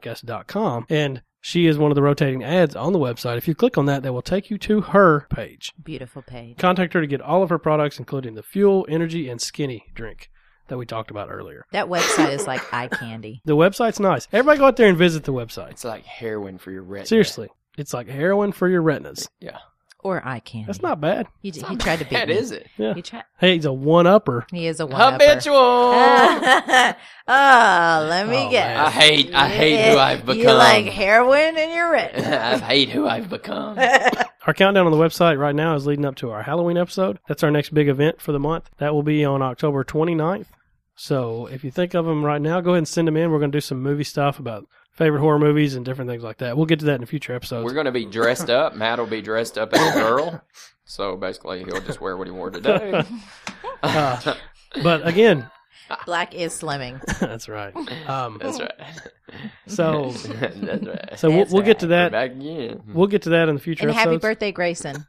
hotcoffeepodcast.com and she is one of the rotating ads on the website. If you click on that, that will take you to her page. Beautiful page. Contact her to get all of her products, including the fuel, energy, and skinny drink that we talked about earlier. That website is like eye candy. The website's nice. Everybody go out there and visit the website. It's like heroin for your retina. Seriously, it's like heroin for your retinas. Yeah. Or eye candy. That's not bad. He, d- he tried to beat That me. is it. Yeah. He tried. Hey, he's a one upper. He is a one. Habitual. oh, let me Oh, guess. man. I hate I hate who I've become. You like heroin in your retina. I hate who I've become. Our countdown on the website right now is leading up to our Halloween episode. That's our next big event for the month. That will be on October 29th. So if you think of them right now, go ahead and send them in. We're going to do some movie stuff about favorite horror movies and different things like that. We'll get to that in future episodes. We're gonna be dressed up. Matt will be dressed up as a girl. So basically he'll just wear what he wore today. Uh, but again, Black is slimming. that's right. Um, That's right. so That's right. Oh. so we'll, That's we'll get to We're that. back again. We'll get to that in the future And happy episodes. birthday, Grayson.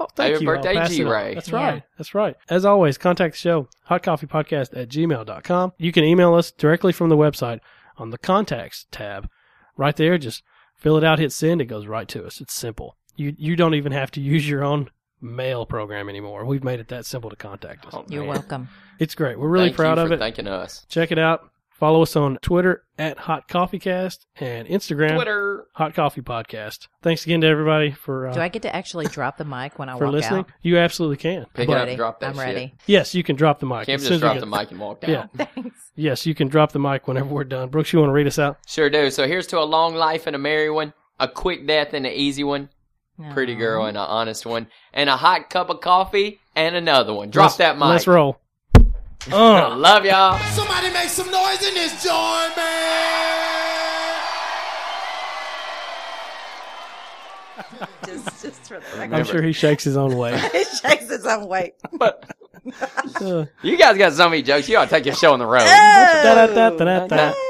Oh, thank Happy you. I'll birthday, pass it on. G-Ray. That's Yeah. right. That's right. As always, contact the show, hotcoffeepodcast at gmail.com. You can email us directly from the website on the contacts tab. Right there, just fill it out, hit send, it goes right to us. It's simple. You you don't even have to use your own mail program anymore. We've made it that simple to contact us. Oh, You're man. welcome. It's great. We're really Thank proud you of for it. Thanking us. Check it out. Follow us on Twitter at Hot Coffee Cast and Instagram Twitter. Hot Coffee Podcast. Thanks again to everybody for Do uh, I get to actually drop the mic when I for walk listening. out? You absolutely can. I'm Pick it But- up, ready. drop that I'm shit. ready. Yes, you can drop the mic. Cam As soon just as we dropped get- the mic and walked out. Yeah. Thanks. Yes, you can drop the mic whenever we're done. Brooks, you want to read us out? Sure do. So here's to a long life and a merry one, a quick death and an easy one, pretty Aw. girl and an honest one, and a hot cup of coffee and another one. Drop Let's- that mic. Let's roll. Uh, Love y'all. Somebody make some noise in this joint, man. Just, just for the record. I'm sure he shakes his own weight. It shakes its own weight. Uh, You guys got so many jokes. You ought to take your show on the road. da-da-da-da-da.